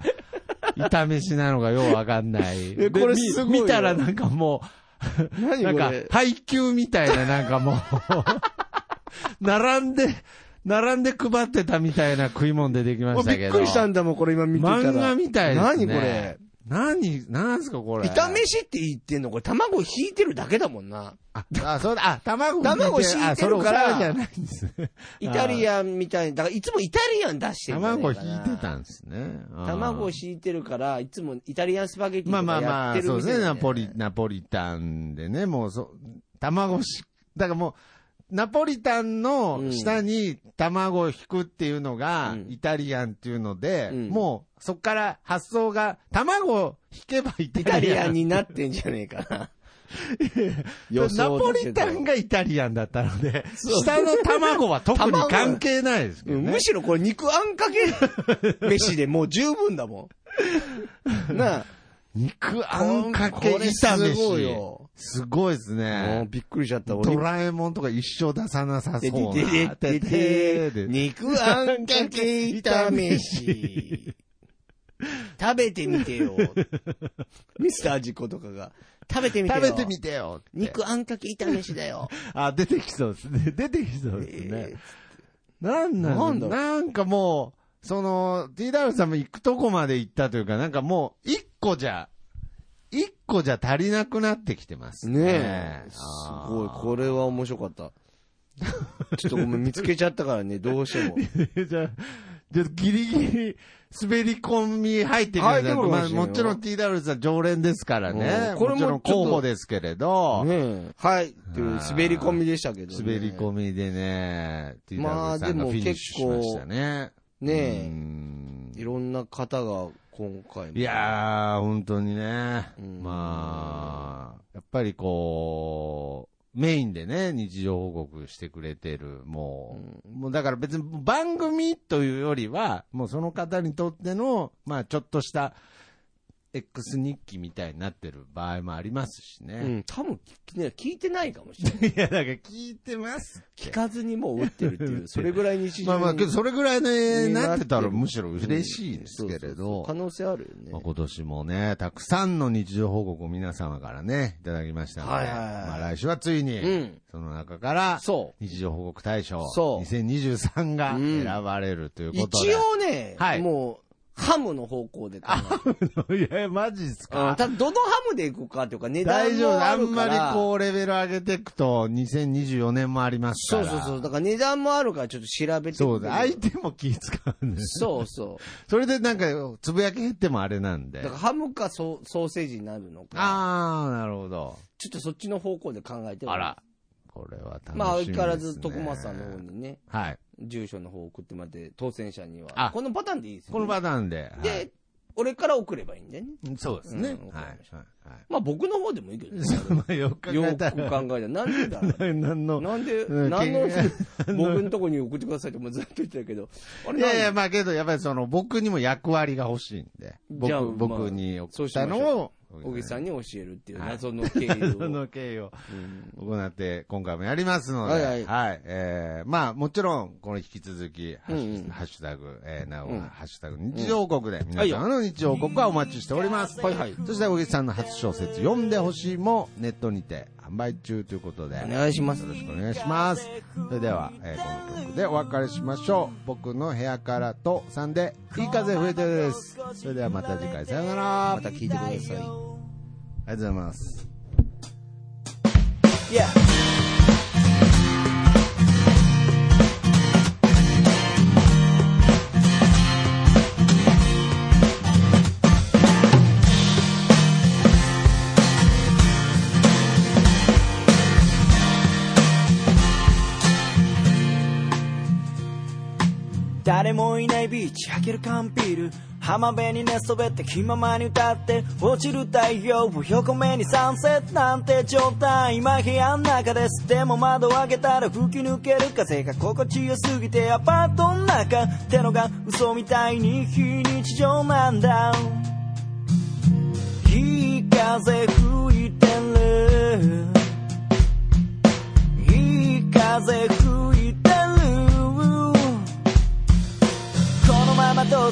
Speaker 2: 炒めしなのがようわかんない。
Speaker 1: えこれ
Speaker 2: です
Speaker 1: ごい
Speaker 2: 見
Speaker 1: よ
Speaker 2: 見たらなんかもう、
Speaker 1: 何
Speaker 2: なんか配給みたいななんかもう、並んで、並んで配ってたみたいな食い物出てきま
Speaker 1: も
Speaker 2: し
Speaker 1: う
Speaker 2: た
Speaker 1: び
Speaker 2: けど。
Speaker 1: っくりしたんだもん、これ今見てたら。
Speaker 2: 漫画みたいですね。
Speaker 1: 何これ。。
Speaker 2: 何、なんすかこれ。
Speaker 1: 炒めしって言ってんのこれ卵引いてるだけだもんな。
Speaker 2: あ、あ、そうだ、あ、 卵
Speaker 1: 卵敷いてる
Speaker 2: あそれお皿
Speaker 1: から
Speaker 2: じゃないんですね。
Speaker 1: イタリアンみたいな。だからいつもイタリアン出してるんじゃない
Speaker 2: 卵
Speaker 1: かな
Speaker 2: 引いてたんですね。あー
Speaker 1: 卵を敷いてるから、いつもイタリアンスパゲティ
Speaker 2: まあ
Speaker 1: と
Speaker 2: ま
Speaker 1: か
Speaker 2: あま
Speaker 1: やって
Speaker 2: あ、
Speaker 1: る
Speaker 2: そう
Speaker 1: み
Speaker 2: で
Speaker 1: たい
Speaker 2: す
Speaker 1: な
Speaker 2: ね、ナポリ、ナポリタンでね、もうそ、卵し、だからもう、ナポリタンの下に卵を引くっていうのが、
Speaker 1: うん
Speaker 2: イタリアンっていうので、
Speaker 1: うん
Speaker 2: もう、そっから発想が、卵を引けばイ
Speaker 1: イ
Speaker 2: タ
Speaker 1: タ
Speaker 2: リ
Speaker 1: リ
Speaker 2: ア
Speaker 1: ア
Speaker 2: ン
Speaker 1: ンになってんじゃねえかな。
Speaker 2: ナポリタン
Speaker 1: が、
Speaker 2: がイタリアンだったので、
Speaker 1: そう
Speaker 2: 下の卵は特に
Speaker 1: 卵
Speaker 2: 関係ないですけど
Speaker 1: うん
Speaker 2: ね。
Speaker 1: むしろこれ肉あんかけ飯でもう十分だもん。なあ。
Speaker 2: 肉あんかけ
Speaker 1: これ
Speaker 2: 炒
Speaker 1: す
Speaker 2: め
Speaker 1: ごい
Speaker 2: し。
Speaker 1: よ。
Speaker 2: すごいです
Speaker 1: もう
Speaker 2: ね。
Speaker 1: びっくりしちゃった。俺
Speaker 2: ドラえもんとか一生出さなさ
Speaker 1: で
Speaker 2: そう
Speaker 1: で
Speaker 2: な。
Speaker 1: でででで
Speaker 2: で
Speaker 1: 肉あんかけ炒めし。食べてみてよ。ミスター事故とかが。食べてみてよ。
Speaker 2: 食べてみてよって。
Speaker 1: 肉あんかけ炒めしだよ。
Speaker 2: あ、出てきそうですね。 出てきそうですね。なんな
Speaker 1: なんん
Speaker 2: だ
Speaker 1: だ
Speaker 2: なんかもう、その、TW さんも行くとこまで行ったというか、なんかもう、一個じゃ、一個じゃ足りなくなってきてますね。
Speaker 1: ねえ。すごい。これは面白かった。ちょっとごめん、見つけちゃったからね、どうしても。
Speaker 2: じゃあ、じゃあギリギリ滑り込み入ってみ
Speaker 1: 入
Speaker 2: る
Speaker 1: ってくるかもしれ
Speaker 2: ま
Speaker 1: な
Speaker 2: あ
Speaker 1: いよ
Speaker 2: もちろん TW さん常連ですからね
Speaker 1: う。んこ
Speaker 2: こ
Speaker 1: れ
Speaker 2: れ
Speaker 1: も
Speaker 2: もちろ
Speaker 1: ち
Speaker 2: ん
Speaker 1: ょっと
Speaker 2: 候補ですけれど、
Speaker 1: ねえはい。という滑り込みでしたけどね。
Speaker 2: 滑り込みでね、
Speaker 1: まあ
Speaker 2: TW さんが
Speaker 1: でも
Speaker 2: フィニッシュしましたね。
Speaker 1: み。ね
Speaker 2: うん
Speaker 1: え。いろんな方が今回も
Speaker 2: いやー、本当にね。
Speaker 1: うん
Speaker 2: まあ、やっぱりこう、メインでね、日常報告してくれてる、もう、もうだから別に番組というよりは、もうその方にとっての、まあちょっとした、X 日記みたいになってる場合もありますし
Speaker 1: う
Speaker 2: ね。
Speaker 1: ん、多分聞,、ね、聞いてないかもしれない。
Speaker 2: いや、だから 聞いてます
Speaker 1: 聞かずにもう打ってるっていう、 それぐらいに
Speaker 2: まあまあ、けどそれぐらいね、
Speaker 1: ね
Speaker 2: なってた
Speaker 1: な
Speaker 2: ら
Speaker 1: ってる
Speaker 2: むしろ嬉しいですけ
Speaker 1: そう
Speaker 2: れ
Speaker 1: そうそう
Speaker 2: ど
Speaker 1: 可。能性ある
Speaker 2: ま
Speaker 1: よ
Speaker 2: あ、
Speaker 1: ね。
Speaker 2: 今年もね、たくさんの日常報告を皆様からね、いただきましたので、
Speaker 1: はいはいはい
Speaker 2: まあ来週はついに、
Speaker 1: うん
Speaker 2: その中から、
Speaker 1: そ
Speaker 2: 日常報告大賞、
Speaker 1: そう
Speaker 2: 2023が
Speaker 1: うん
Speaker 2: 選ばれるという
Speaker 1: う。
Speaker 2: こと
Speaker 1: 一
Speaker 2: で。
Speaker 1: 応ね、
Speaker 2: はい
Speaker 1: もう、ハムの方向で考えてる。
Speaker 2: いや、マジっす
Speaker 1: うんた
Speaker 2: か
Speaker 1: だ、どのハムで行くかというか、値段
Speaker 2: 大丈夫。
Speaker 1: もあ
Speaker 2: あ
Speaker 1: る
Speaker 2: ん
Speaker 1: か
Speaker 2: ま
Speaker 1: ら。
Speaker 2: りこう、レベル上げていくと、2024年もありますか
Speaker 1: そう
Speaker 2: ら。
Speaker 1: そうそう。だから値段もあるから、ちょっと調べて
Speaker 2: そうだ。相
Speaker 1: い。
Speaker 2: 手も気使うんです。
Speaker 1: そうそ
Speaker 2: それでなんか、つぶやき減ってもあれなん
Speaker 1: う。
Speaker 2: で
Speaker 1: だか。らハムかソソーセージになるのか。
Speaker 2: あー、なるほど。
Speaker 1: ちょっとそっちの方向で考えて
Speaker 2: あ
Speaker 1: ます
Speaker 2: ら。。これは楽しみです、ね。
Speaker 1: まあ、相変わらず徳松さんの方にね、
Speaker 2: はい。
Speaker 1: 住所の方送ってもらって、当選者には。
Speaker 2: あ
Speaker 1: このパターンでいいですよ、ね。
Speaker 2: このパターンで。
Speaker 1: で、俺から送ればいいんだよね。
Speaker 2: はい、そうですね。
Speaker 1: うん
Speaker 2: はい。
Speaker 1: わか
Speaker 2: は
Speaker 1: り
Speaker 2: い
Speaker 1: ままあ僕の方でもいいけどね。
Speaker 2: そう まあ、よく
Speaker 1: よ
Speaker 2: 考
Speaker 1: く
Speaker 2: え
Speaker 1: 考
Speaker 2: た
Speaker 1: え
Speaker 2: ら。
Speaker 1: たら、なんでだろ う。
Speaker 2: 何の。
Speaker 1: なんで、
Speaker 2: うん
Speaker 1: 何の
Speaker 2: けん、
Speaker 1: 僕のとこに送ってくださいってもうずっと言ってたけど、あれ
Speaker 2: い
Speaker 1: なん
Speaker 2: や
Speaker 1: で
Speaker 2: いや、まあけど、やっぱりその、僕にも役割が欲しいんで。
Speaker 1: じ
Speaker 2: 僕、
Speaker 1: ゃあまあ
Speaker 2: 僕に送ったのを、
Speaker 1: 小木さんに教えるっていう
Speaker 2: はい
Speaker 1: 謎の経緯
Speaker 2: そ
Speaker 1: を。
Speaker 2: の経緯を
Speaker 1: うん
Speaker 2: 行って、今回もやりますので、
Speaker 1: は
Speaker 2: はいい、
Speaker 1: はい
Speaker 2: えーまあ、もちろん、この引き続き、ハッシュ,、
Speaker 1: うんうん
Speaker 2: ハッシュタグ、えー、なお、
Speaker 1: うん
Speaker 2: ハッシュタグ、日常報告で、皆様の日常報告はお待ちしております。
Speaker 1: はいはい
Speaker 2: そして、小木さんの初小説、読んでほしいも、ネットにて販売中ということで、
Speaker 1: お願いします
Speaker 2: よろしくお願いします。それでは、えーこの曲でお別れしましょう。僕の部屋からと3で、いい風吹いてるです。それではまた次回、さようなら。また聞いてください。ありがとうございます。
Speaker 3: Yeah.「誰もいないビーチ開ける缶ビール」「浜辺に寝そべって気ままに歌って」「落ちる太陽を横目にサンセットなんて状態」「今部屋の中です」「でも窓を開けたら吹き抜ける風が心地よすぎて」「アパートの中ってのが嘘みたいに非日常なんだ」「いい風吹いてる」「いい風吹いてる」このままと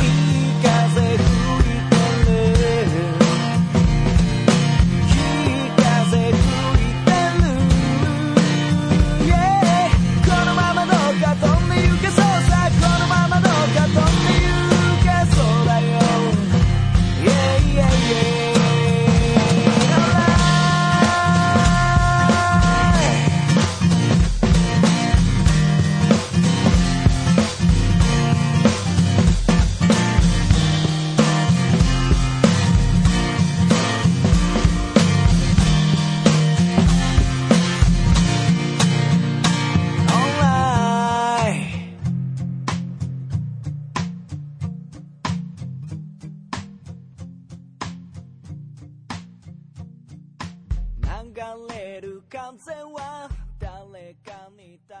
Speaker 3: いい風吹いてるいい風吹いてる Yeah このままどうか飛んで行けそうさこのままどうか飛んで行けそうだよ Yeah, yeah, yeah. Alright. 流れる風は誰かに助